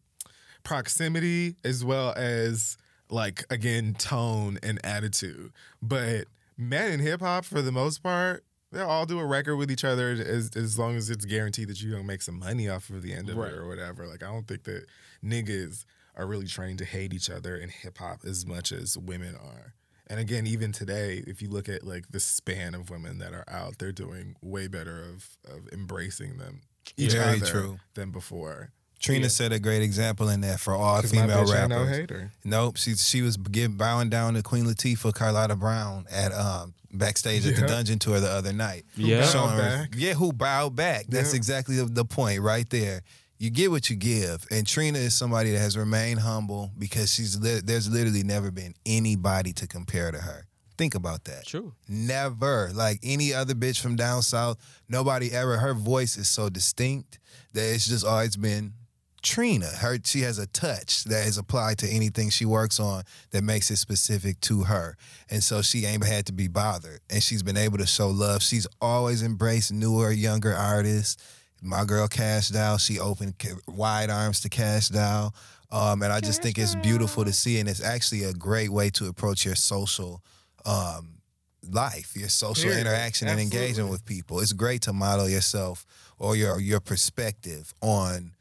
proximity as well as like again tone and attitude. But men in hip hop for the most part, They'll all do a record with each other as, as long as it's guaranteed that you don't make some money off of the end of
Right.
it or whatever. Like I don't think that niggas are really trained to hate each other in hip hop as much as women are. And again, even today, if you look at like the span of women that are out, they're doing way better of of embracing them each
Very
other
true.
than before.
Trina set a great example in that for all
'Cause my
female
bitch ain't
rappers.
no hater.
Nope, she she was give, bowing down to Queen Latifah, Carlotta Brown at um backstage at the
Yeah.
Dungeon Tour the other night.
Who Yeah. bowed
Showing her-
back.
yeah, who bowed back? That's
Yeah.
exactly the, the point right there. You get what you give, and Trina is somebody that has remained humble because she's li- there's literally never been anybody to compare to her. Think about that. True. Never like any other bitch from down south. Nobody ever. Her voice is so distinct that it's just always been Trina. Her she has a touch that is applied to anything she works on that makes it specific to her. And so she ain't had to be bothered. And she's been able to show love. She's always embraced newer, younger artists. My girl Cash Dow, she opened ca- wide arms to Cash Dow. Um, and I just think it's beautiful to see, and it's actually a great way to approach your social um, life, your social
Period.
interaction and engagement
Absolutely.
with people. It's great to model yourself or your your perspective on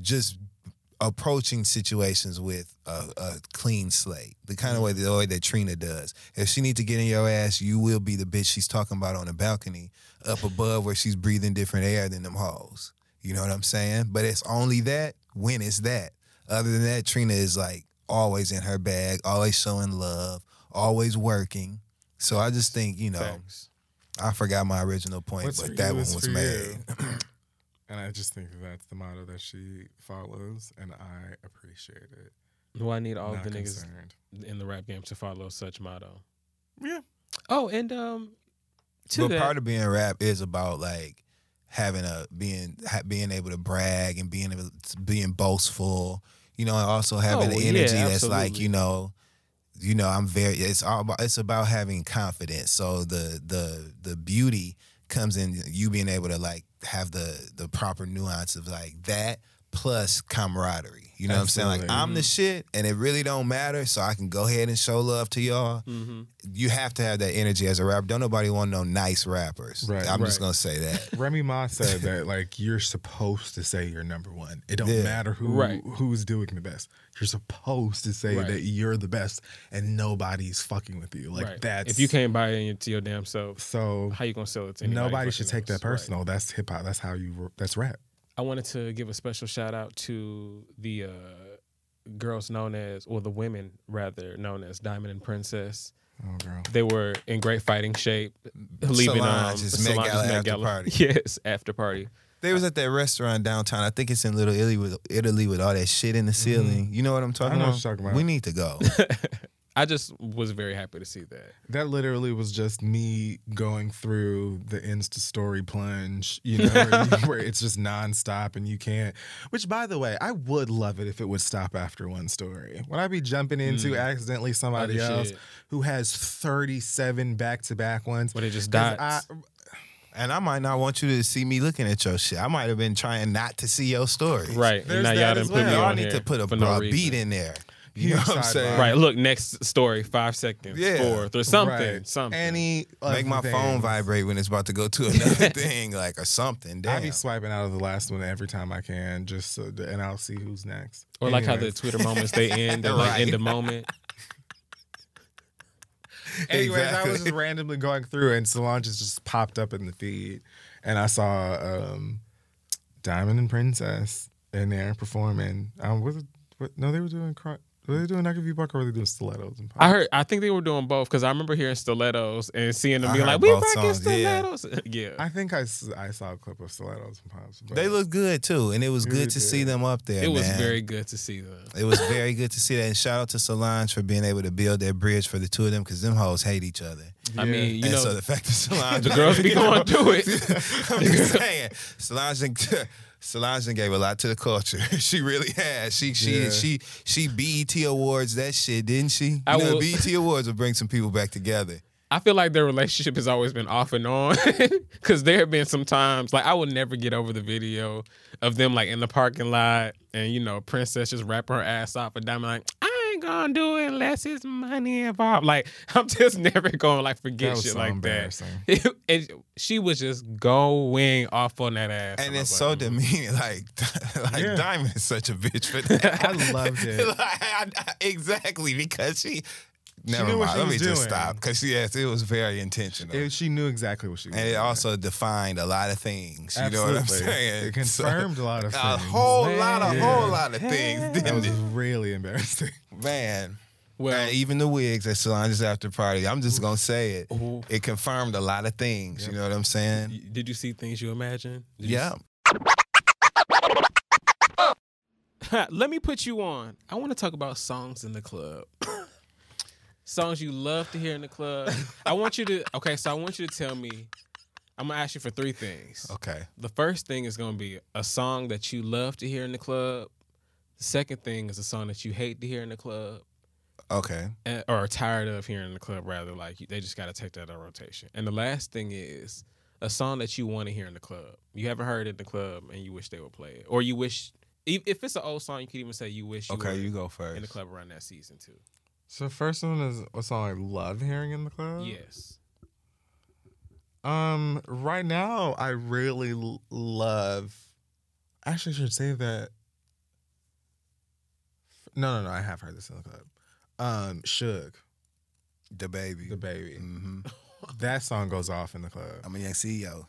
just approaching situations with a, a clean slate, the kind of way
Mm-hmm.
the way that Trina does. If she needs to get in your ass, you will be the bitch she's talking about on the balcony up above where she's breathing different air than them hoes. You know what I'm saying? But it's only that when it's that. Other than that, Trina is like always in her bag, always showing love, always working. So I just think you know, I forgot my original point,
What's for
but that
you
one
is
was
for
made.
you. and I just think that that's the motto that she follows, and I appreciate it.
Do I need all
Not
the niggas
concerned.
in the rap game to follow such motto?
Yeah.
Oh, and um, to
but
that-
part of being rap is about like having a being ha- being able to brag and being able, being boastful, you know, and also having
Oh,
an
yeah,
energy that's like
absolutely.
you know, you know, I'm very. It's all about, it's about having confidence. So the the the beauty comes in you being able to like have the the proper nuance of like that plus camaraderie. You know what I'm saying? Like
Absolutely. Mm-hmm.
I'm the shit, and it really don't matter. So I can go ahead and show love to y'all
Mm-hmm.
you have to have that energy as a rapper. Don't nobody want no nice rappers.
Right,
I'm just
right.
gonna say that.
Remy Ma said that like you're supposed to say you're number one. It don't
Yeah.
matter who
Right.
who's doing the best. You're supposed to say
Right.
that you're the best, and nobody's fucking with you. Like
Right.
that's
if you can't buy it into your damn self,
so
how you gonna sell it to anybody? fucking
nobody should take
else?
that personal. That's hip hop. That's how you. That's rap.
I wanted to give a special shout out to the uh, girls known as, or the women rather, known as Diamond and Princess.
Oh, girl.
They were in great fighting shape, leaving um,
Solange's Met
Solange's
Gala
Met
after
Gala.
party.
Yes, after party.
They was at that restaurant downtown. I think it's in Little Italy with Italy with all that shit in the
Mm-hmm.
ceiling. You know what I'm talking
know
about?
what you're talking about.
We need to go.
I just was very happy to see that.
That literally was just me going through the Insta story plunge, you know, where, you- where it's just nonstop and you can't. Which, by the way, I would love it if it would stop after one story. When I be jumping into
Mm.
accidentally somebody
Other
else
shit.
who has 37 back to back ones.
But it just
'Cause
dots. and I might not want you to see me looking at your shit. I might have been trying not to see your story.
Right, and There's now y'all that done as put me well.
Y'all
on
need
here
to put a,
for no
a
reason.
beat in there. You know what I'm saying?
Right. Look, next story, five seconds,
Yeah.
fourth, or something,
Right.
something.
Any
Make my
other
phone
things.
vibrate when it's about to go to another thing, like or something.
I
Damn.
be swiping out of the last one every time I can, just so that, and I'll see who's next.
Or like how the
Anyways.
Twitter moments they end, they like end a moment.
Anyways, I was
Exactly.
just randomly going through, and Solange just- just popped up in the feed, and I saw um, Diamond and Princess in there performing. Um, was it? What, no, they were doing. cro- Were they doing Knock If You Buck or were they doing stilettos? And
I heard. I think they were doing both because I remember hearing stilettos and seeing them
I
being
heard
like, "We
both
rocking
songs, yeah.
stilettos." Yeah.
I think I, s- I saw a clip of stilettos and pops. but-
They look good too, and it was
They
good
really
to see
did.
them up there.
It was
man.
very good to see them.
It was very good to see that. And shout out to Solange for being able to build that bridge for the two of them because them hoes hate each other.
I Yeah. mean, you
and
know,
so the fact that Solange,
the girls be
you know,
going through it.
I'm just saying, Solange. done- Solange done gave a lot to the culture. she really has. She she
Yeah.
she she BET awards that shit, didn't she? You
I
know,
will-
BET awards will bring some people back together.
I feel like their relationship has always been off and on because there have been some times like I will never get over the video of them like in the parking lot and you know Princess just rapping her ass off and Diamond like I ain't gonna do it unless it's money involved. Like I'm just never gonna like forget
That was
shit
so
like that.
embarrassing.
and she was just going off on that ass.
And it's so demeaning. Like, like Diamond is such a bitch for that. I loved it. exactly because she. Never
knew
mind.
what she
Let me
was
just
doing.
stop because yes, it was very intentional.
It- she knew exactly what she was
And it
doing.
also defined a lot of things. You know what I'm
Absolutely.
saying?
It confirmed a lot of
A
things.
whole lot, a whole
Yeah.
lot of things.
That
Didn't
was
it?
really embarrassing.
Man. Well, even the wigs at Solange's after party, I'm just gonna say it. It confirmed a lot of things. You know what I'm saying?
Did you see things you imagine?
Yeah.
Let me put you on. I want to talk about songs in the club. songs you love to hear in the club. I want you to okay, so I want you to tell me. I'm gonna ask you for three things.
Okay.
The first thing is gonna be a song that you love to hear in the club. The second thing is a song that you hate to hear in the club.
Okay.
eh, Or are tired of hearing in the club, rather like you- they just got to take that out of rotation. And the last thing is a song that you want to hear in the club. You haven't heard it in the club, and you wish they would play it, or you wish if if it's an old song, you could even say you wish. You
Okay,
were
you go
in the
first.
club around that season too.
So first one is a song I love hearing in the club.
Yes.
Um, right now I really l- love. Actually, I should say that. No, no, no. I have heard this in the club. Um, Suge,
the baby,
the baby.
Mm-hmm.
That song goes off in the club.
I mean, yeah, see yo.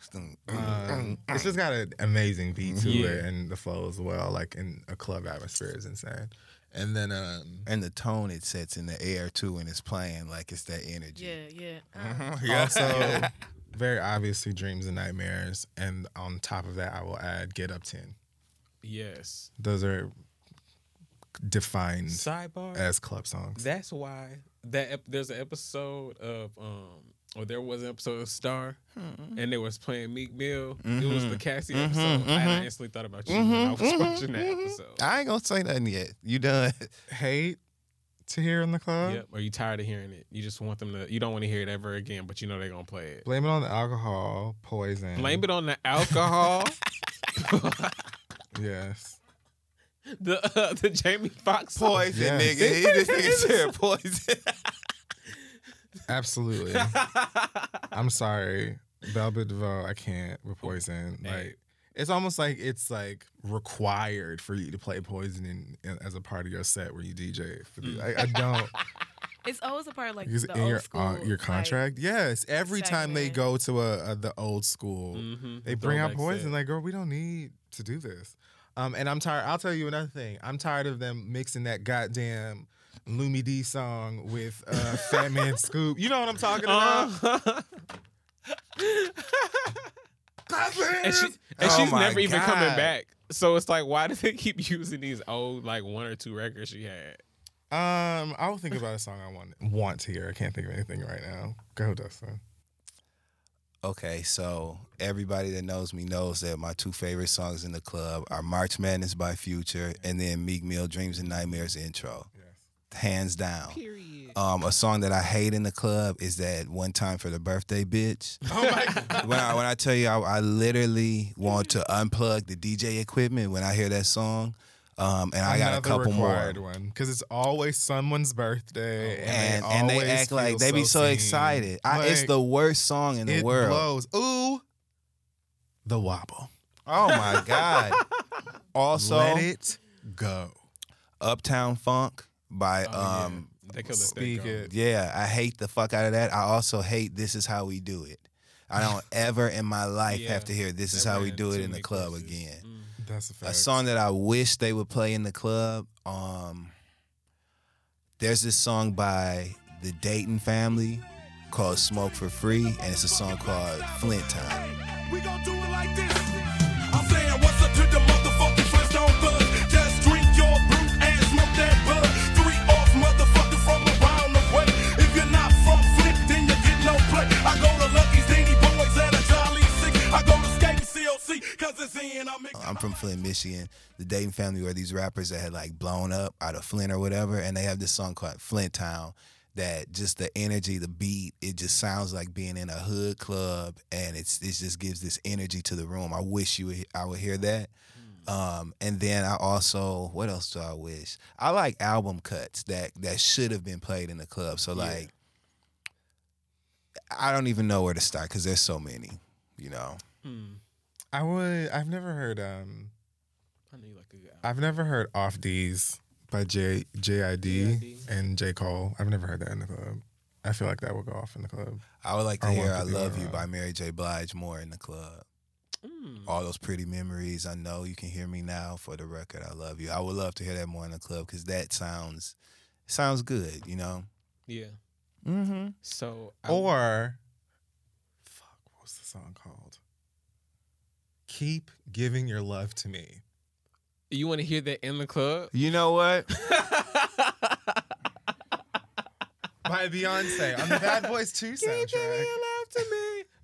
Um, it's just got an amazing beat to
mm-hmm. Yeah.
it, and the flow as well. Like in a club atmosphere is insane. And then, um,
and the tone it sets in the air too, and it's playing like it's that energy.
Yeah, yeah. Uh,
Mm-hmm.
Yeah.
Also, very obviously dreams and nightmares. And on top of that, I will add Get Up Ten.
Yes.
Those are defined
Mm.
Sidebar.
as club songs.
That's why that ep- there's an episode of um or there was an episode of Star and they was playing Meek Mill. It was the
Mhm.
Cassie
Mhm,
episode. And
mhm.
I instantly thought about you when I was
Mhm,
watching that
mhm.
episode.
I ain't gonna say nothing yet. You done?
Hate to hear in the club.
Yep. Are you tired of hearing it? You just want them to you don't want to hear it ever again, but you know they're gonna play it.
Blame it on the alcohol,
Mm.
poison.
Blame it on the alcohol.
Yes.
the uh, the Jamie Foxx song.
Poison,
Yes.
nigga. He just nigga said poison.
Absolutely. I'm sorry. Velvet DeVoe, I can't with poison. Like it's almost like it's like required for you to play poison in, in- as a part of your set where you DJ. For
Mm.
the, I, I don't.
It's always a part of like
Is
the
in
old
your
school.
uh, your contract? yes. Every time they
segment.
go to a, a the old school,
Mhm.
they bring out
Throwback
boys
set.
and like, girl, we don't need to do this. Um, and I'm tired. I'll tell you another thing. I'm tired of them mixing that goddamn Lumi D song with uh, Fat Man Scoop. You know what I'm talking about?
Uh-huh. and, she, and
Oh
she's
my
never even coming
God.
back. So it's like, why do they keep using these old like one or two records she had?
Um, I will think about a song I want want to hear. I can't think of anything right now. Go, Dustin.
Okay, so everybody that knows me knows that my two favorite songs in the club are March Madness by Future and then Meek Mill Dreams and Nightmares intro. Hands down. Period. Um, a song that I hate in the club is that one time for the birthday bitch. Oh my god. when I when I tell you I, I literally want to unplug the DJ equipment when I hear that song. Um, and I got a
Another
couple more.
required one because it's always someone's birthday,
And, and they
always
act
feel
like they be so
seen.
excited. I, it's
Like,
the worst song in the
it
world.
blows. Ooh, the wobble.
Oh my god. also,
Let it go. Oh,
Uptown Funk by um
They could let
Speak
that go.
it.
yeah, I hate the fuck out of that. I also hate This Is How We Do It. I don't ever in my life have to hear This Is How We Do It in the club again.
That's a
A
fact.
song that I wish they would play in the club. Um there's this song by the Dayton family called Smoke for Free and it's a song called Flint Time.
We gon' do it like this. I'm saying what's up to the motherfucking Flintstone buzz. Just drink your brew and smoke that bud. Three off motherfucker from around the way. If you're not from Flint, then you get no play. I go to Lucky's, Danny Boys, and a Jolly Six. I go to skating CLC, cause it's in. I'm in.
I'm from Flint, Michigan. The Dayton family were these rappers that had like blown up out of Flint or whatever, and they have this song called Flint Town that just the energy, the beat, it just sounds like being in a hood club, and it's it just gives this energy to the room. I wish you would, I would hear that. Um, and then I also, what else do I wish? I like album cuts that that should have been played in the club. So like, I don't even know where to start because there's so many. You know,
Hmm.
I would. I've never heard. Um, I've never heard off D's by J JID and J Cole. I've never heard that in the club. I feel like that would go off in the club.
I would like to
Or
hear
want
"I
be
Love You"
around.
by Mary J. Blige more in the club.
Hmm.
All those pretty memories. I know you can hear me now. For the record, I love you. I would love to hear that more in the club because that sounds sounds good. You know.
Yeah.
Mm-hmm.
So
Or fuck, what was the song called? Keep giving your love to me.
you want to hear that in the club?
You know what?
by Beyonce on the Bad Boys 2 soundtrack.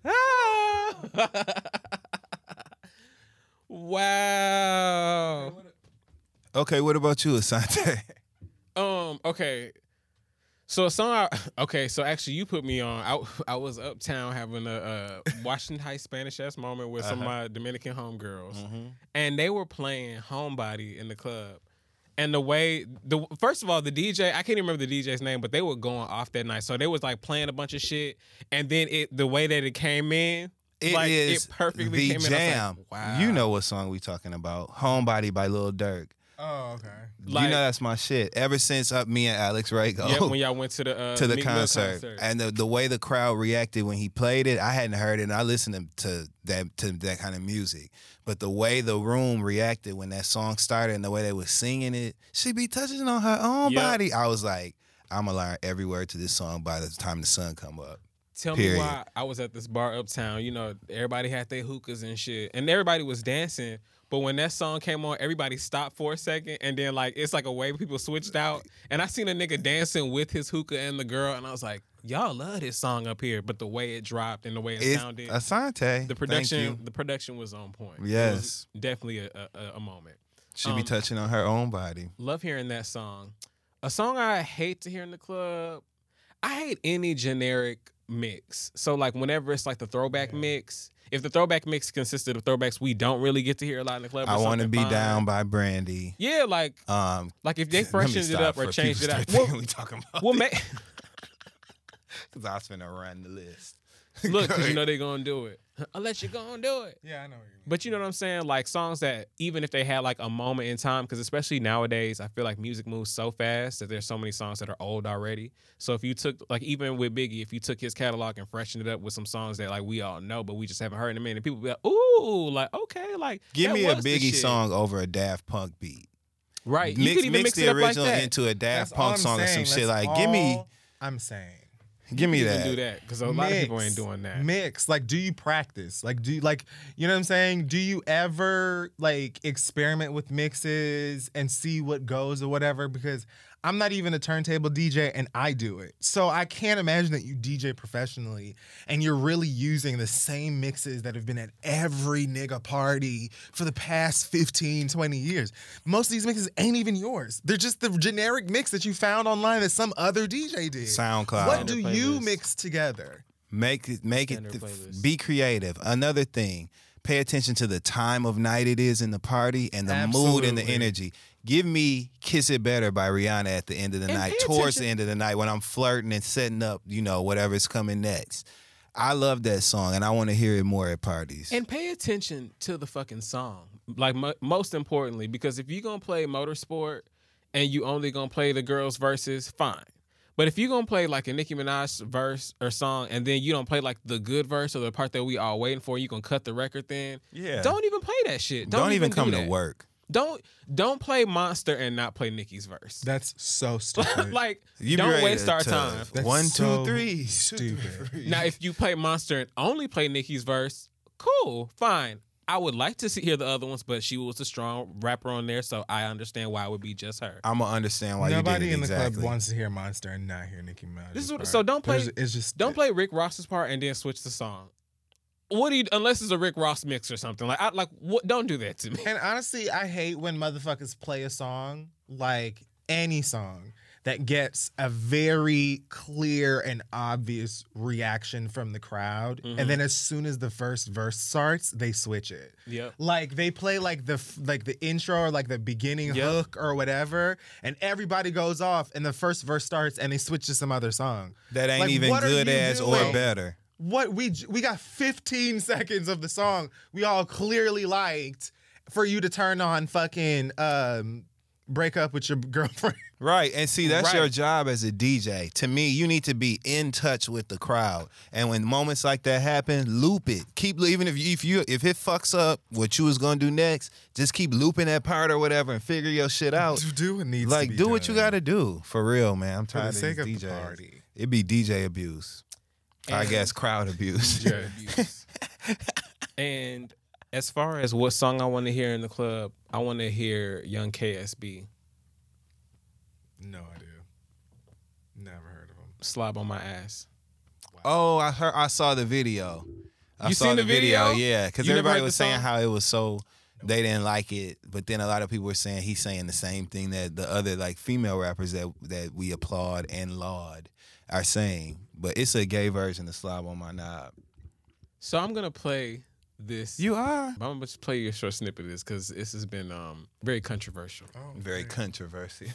Ah. wow.
Okay, what about you, Asante?
Um. Okay. So a song. I, okay. So actually, you put me on. I I was uptown having a uh, Washington Heights Spanish ass moment with some of
Uh-huh.
my Dominican homegirls,
Mm-hmm.
Mhm.
and they were playing Homebody in the club. And the way the first of all the DJ I can't even remember the DJ's name, but they were going off that night. So they was like playing a bunch of shit, and then it the way that it came in,
It is
like it perfectly
the
came in. I was
jam.
like, wow,
You know what song we talking about? "Homebody" by Lil Durk.
Oh, okay.
you know that's my shit. Ever since uh, me and Alex Wright go
Yeah, when y'all went to the uh,
to the
Meek Mill
concert, and the, the way the crowd reacted when he played it, I hadn't heard it. and I listened to, to that to that kind of music, but the way the room reacted when that song started and the way they were singing it, she be touching on her own
Yep.
body. I was like, I'm gonna learn every word to this song by the time the sun come up.
Tell me
Period.
why I was at this bar uptown. You know, everybody had their hookahs and shit, and everybody was dancing. But when that song came on, everybody stopped for a second, and then like it's like a wave. People switched out, and I seen a nigga dancing with his hookah and the girl, and I was like, "Y'all love this song up here." But the way it dropped and the way it
It's-
sounded,
Asante, thank
the
you.
production, the production was on point. It was
Yes.
definitely a, a, a- a moment.
She be
Um,
touching on her own body.
Love hearing that song. A song I hate to hear in the club. I hate any generic mix. So like whenever it's like the throwback mix, if the throwback mix consisted of throwbacks we don't really get to hear a lot in the club.
I
want to
be down by Brandy.
Yeah, like
Um,
like if they
let me
freshened it
stop
up or
for
changed it
people
up.
start thinking we talking about
well, ma-
Cause I was finna run the list.
look, 'cause you know they're gonna do it. Unless you're gonna do it.
Yeah, I know.
But you know what I'm saying? Like songs that even if they had like a moment in time, because especially nowadays, I feel like music moves so fast that there's so many songs that are old already. So if you took like even with Biggie, if you took his catalog and freshened it up with some songs that like we all know, but we just haven't heard in a minute, people be like, ooh, like okay, like
Give
that
me a
was the
Biggie
shit.
song over a Daft Punk beat.
Right. You
Mix,
could even
mix,
mix
the
it up like
original
that.
into a Daft
That's all
Punk
I'm
song or
saying.
some shit.
That's
Like, give me,
all I'm saying.
give me
You
that.
can
do that, 'cause a lot of people ain't doing that.
Mix. Like, do you practice? Like, do you like you know what I'm saying? Do you ever like experiment with mixes and see what goes or whatever? Because I'm not even a turntable DJ and I do it. So I can't imagine that you DJ professionally and you're really using the same mixes that have been at every nigga party for the past 15, 20 years. Most of these mixes ain't even yours. They're just the generic mix that you found online that some other DJ did.
SoundCloud.
What do you mix together?
Make it, make it, th- be creative. Another thing, pay attention to the time of night it is in the party and the mood and the
Absolutely.
energy. Give me "Kiss It Better" by Rihanna at the end of the
And
night,
pay
towards
attention-
the end of the night when I'm flirting and setting up, you know, whatever's coming next. I love that song and I want to hear it more at parties.
And pay attention to the fucking song. Like mo- most importantly, because if you're gonna play motorsport and you only gonna play the girls' verses, fine. But if you're gonna play like a Nicki Minaj verse or song, and then you don't play like the good verse or the part that we all waiting for, you gonna cut the record. Then
Yeah.
don't even play that shit.
Don't,
Don't,
even come
do
to
that.
work.
Don't don't play Monster and not play Nicki's verse.
That's so stupid.
like
You be
don't
ready
waste
to-
our
to-
time.
That's One, two, so three. Stupid.
Now, if you play Monster and only play Nicki's verse, cool, fine. I would like to see, hear the other ones, but she was a strong rapper on there, so I understand why it would be just her.
I'm gonna understand why
Nobody
you did it
in the
exactly.
club wants to hear Monster and not hear Nicki Minaj.
This is what, so don't play.
It's just
don't play Rick Ross's part and then switch the song. What do you? Unless it's a Rick Ross mix or something like I like. What? Don't do that to me.
And honestly, I hate when motherfuckers play a song like any song. that gets a very clear and obvious reaction from the crowd.
Mhm.
Mm-hmm.
And then as soon as the first verse starts, they switch it.
Yep.
Like they play like the f- like the intro or like the beginning hook or whatever, and everybody goes off, and the first verse starts, and they switch to some other song.
That ain't
Like,
even
what are
good
you
as or
doing?
better.
What we j- we got 15 seconds of the song we all clearly liked for you to turn on fucking um break up with your girlfriend.
Right. And see, that's your
Right.
job as a DJ. To me, you need to be in touch with the crowd. And when moments like that happen, loop it. Keep even if you if you if it fucks up what you was gonna do next, just keep looping that part or whatever and figure your shit out.
Do what needs
like
to be
do what you gotta do. For real, man. I'm
For the
tired
sake
of
of the
these DJs. It'd be DJ abuse. I
And-
guess crowd abuse.
DJ abuse. and as far as what song I want to hear in the club, I want to hear Young KSB
No idea. Never heard of him.
slob on my ass.
Oh, I heard. I saw the video. I
You
saw
seen
the
the
video?
video?
Yeah, because
You never
everybody
heard
was
the
saying
song?
how it was so they didn't like it, but then a lot of people were saying he's saying the same thing that the other like female rappers that that we applaud and laud are saying. But it's a gay version of Slob on My Knob.
So I'm gonna play this.
You are.
I'm gonna just play you a short snippet of this because this has been um, very controversial.
Oh.
Very controversial.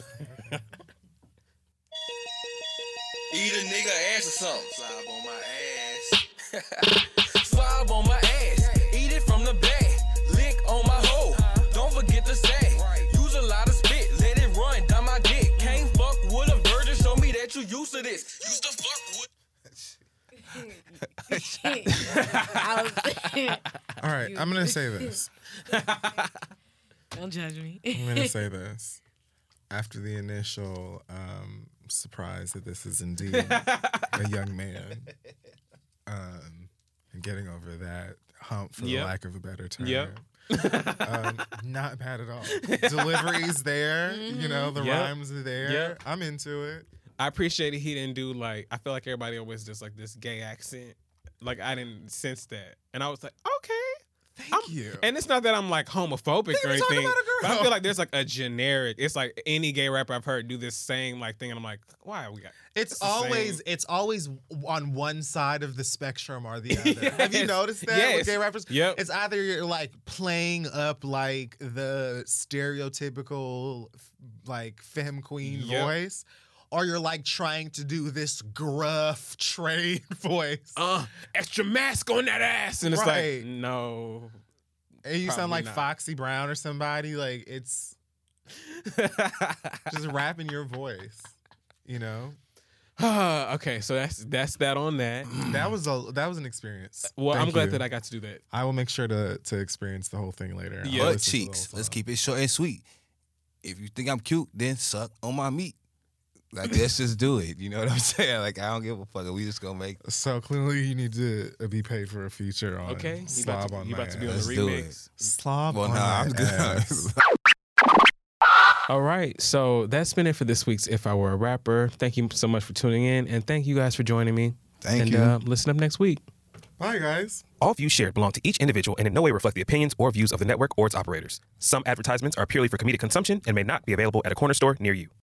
Eat a nigga ass or something. Slob on my ass. Slob on my ass. Eat it from the back. Lick on my hoe. Don't forget to say. Use a lot of spit. Let it run down my dick. Can't fuck with a virgin. Show me that you used to this. Used to fuck with.
All right, I'm gonna say this.
Don't judge me.
I'm gonna say this. After the initial um, surprise that this is indeed a young man, um, and getting over that hump, for
Yep.
the lack of a better term,
Yep.
um, not bad at all. Delivery's there, you know, the
Mm-hmm. Yep.
rhymes are there.
Yep.
I'm into it.
I appreciated he didn't do like I feel like everybody always does like this gay accent. Like I didn't sense that, and I was like, okay. Thank
you.
And it's not that I'm like homophobic or
were Oh. talking
anything,
about a
but I
girl.
feel like there's like a generic. It's like any gay rapper I've heard do this same like thing, and I'm like, why we got?
It's
the same.
always it's always on one side of the spectrum or the other. Have you
Yes.
noticed that
Yes.
with gay rappers?
Yep.
It's either you're like playing up like the stereotypical f- like femme queen
Yep.
voice, or you're like trying to do this gruff train voice.
Uh, extra mask on that ass, and it's
Right.
like no.
and you sound
probably
like
not.
Foxy Brown or somebody. Like it's just rapping your voice. You know
okay, so that's that's that on that.
that was a that was an experience.
Uh, Well, I'm
Thank
glad
you.
that I got to do that.
I will make sure to to experience the whole thing later. I'll
Butt
listen to the
cheeks. Let's keep it short and sweet. If you think I'm cute, then suck on my meat. Like let's just do it. You know what I'm saying? Like I don't give a fuck. We just gonna make
whole- So clearly, you need to uh, be paid for a feature on
Okay, you
Slob
about to-
on
you
my
about to be on
ass.
the remix.
Slob
Well,
on
nah,
my
I'm good.
ass.
All right, so that's been it for this week's If I Were a Rapper. Thank you so much for tuning in, and thank you guys for joining me.
Thank
and,
you.
Uh, listen up next week.
Bye, guys.
All views shared belong to each individual and in no way reflect the opinions or views of the network or its operators. Some advertisements are purely for comedic consumption and may not be available at a corner store near you.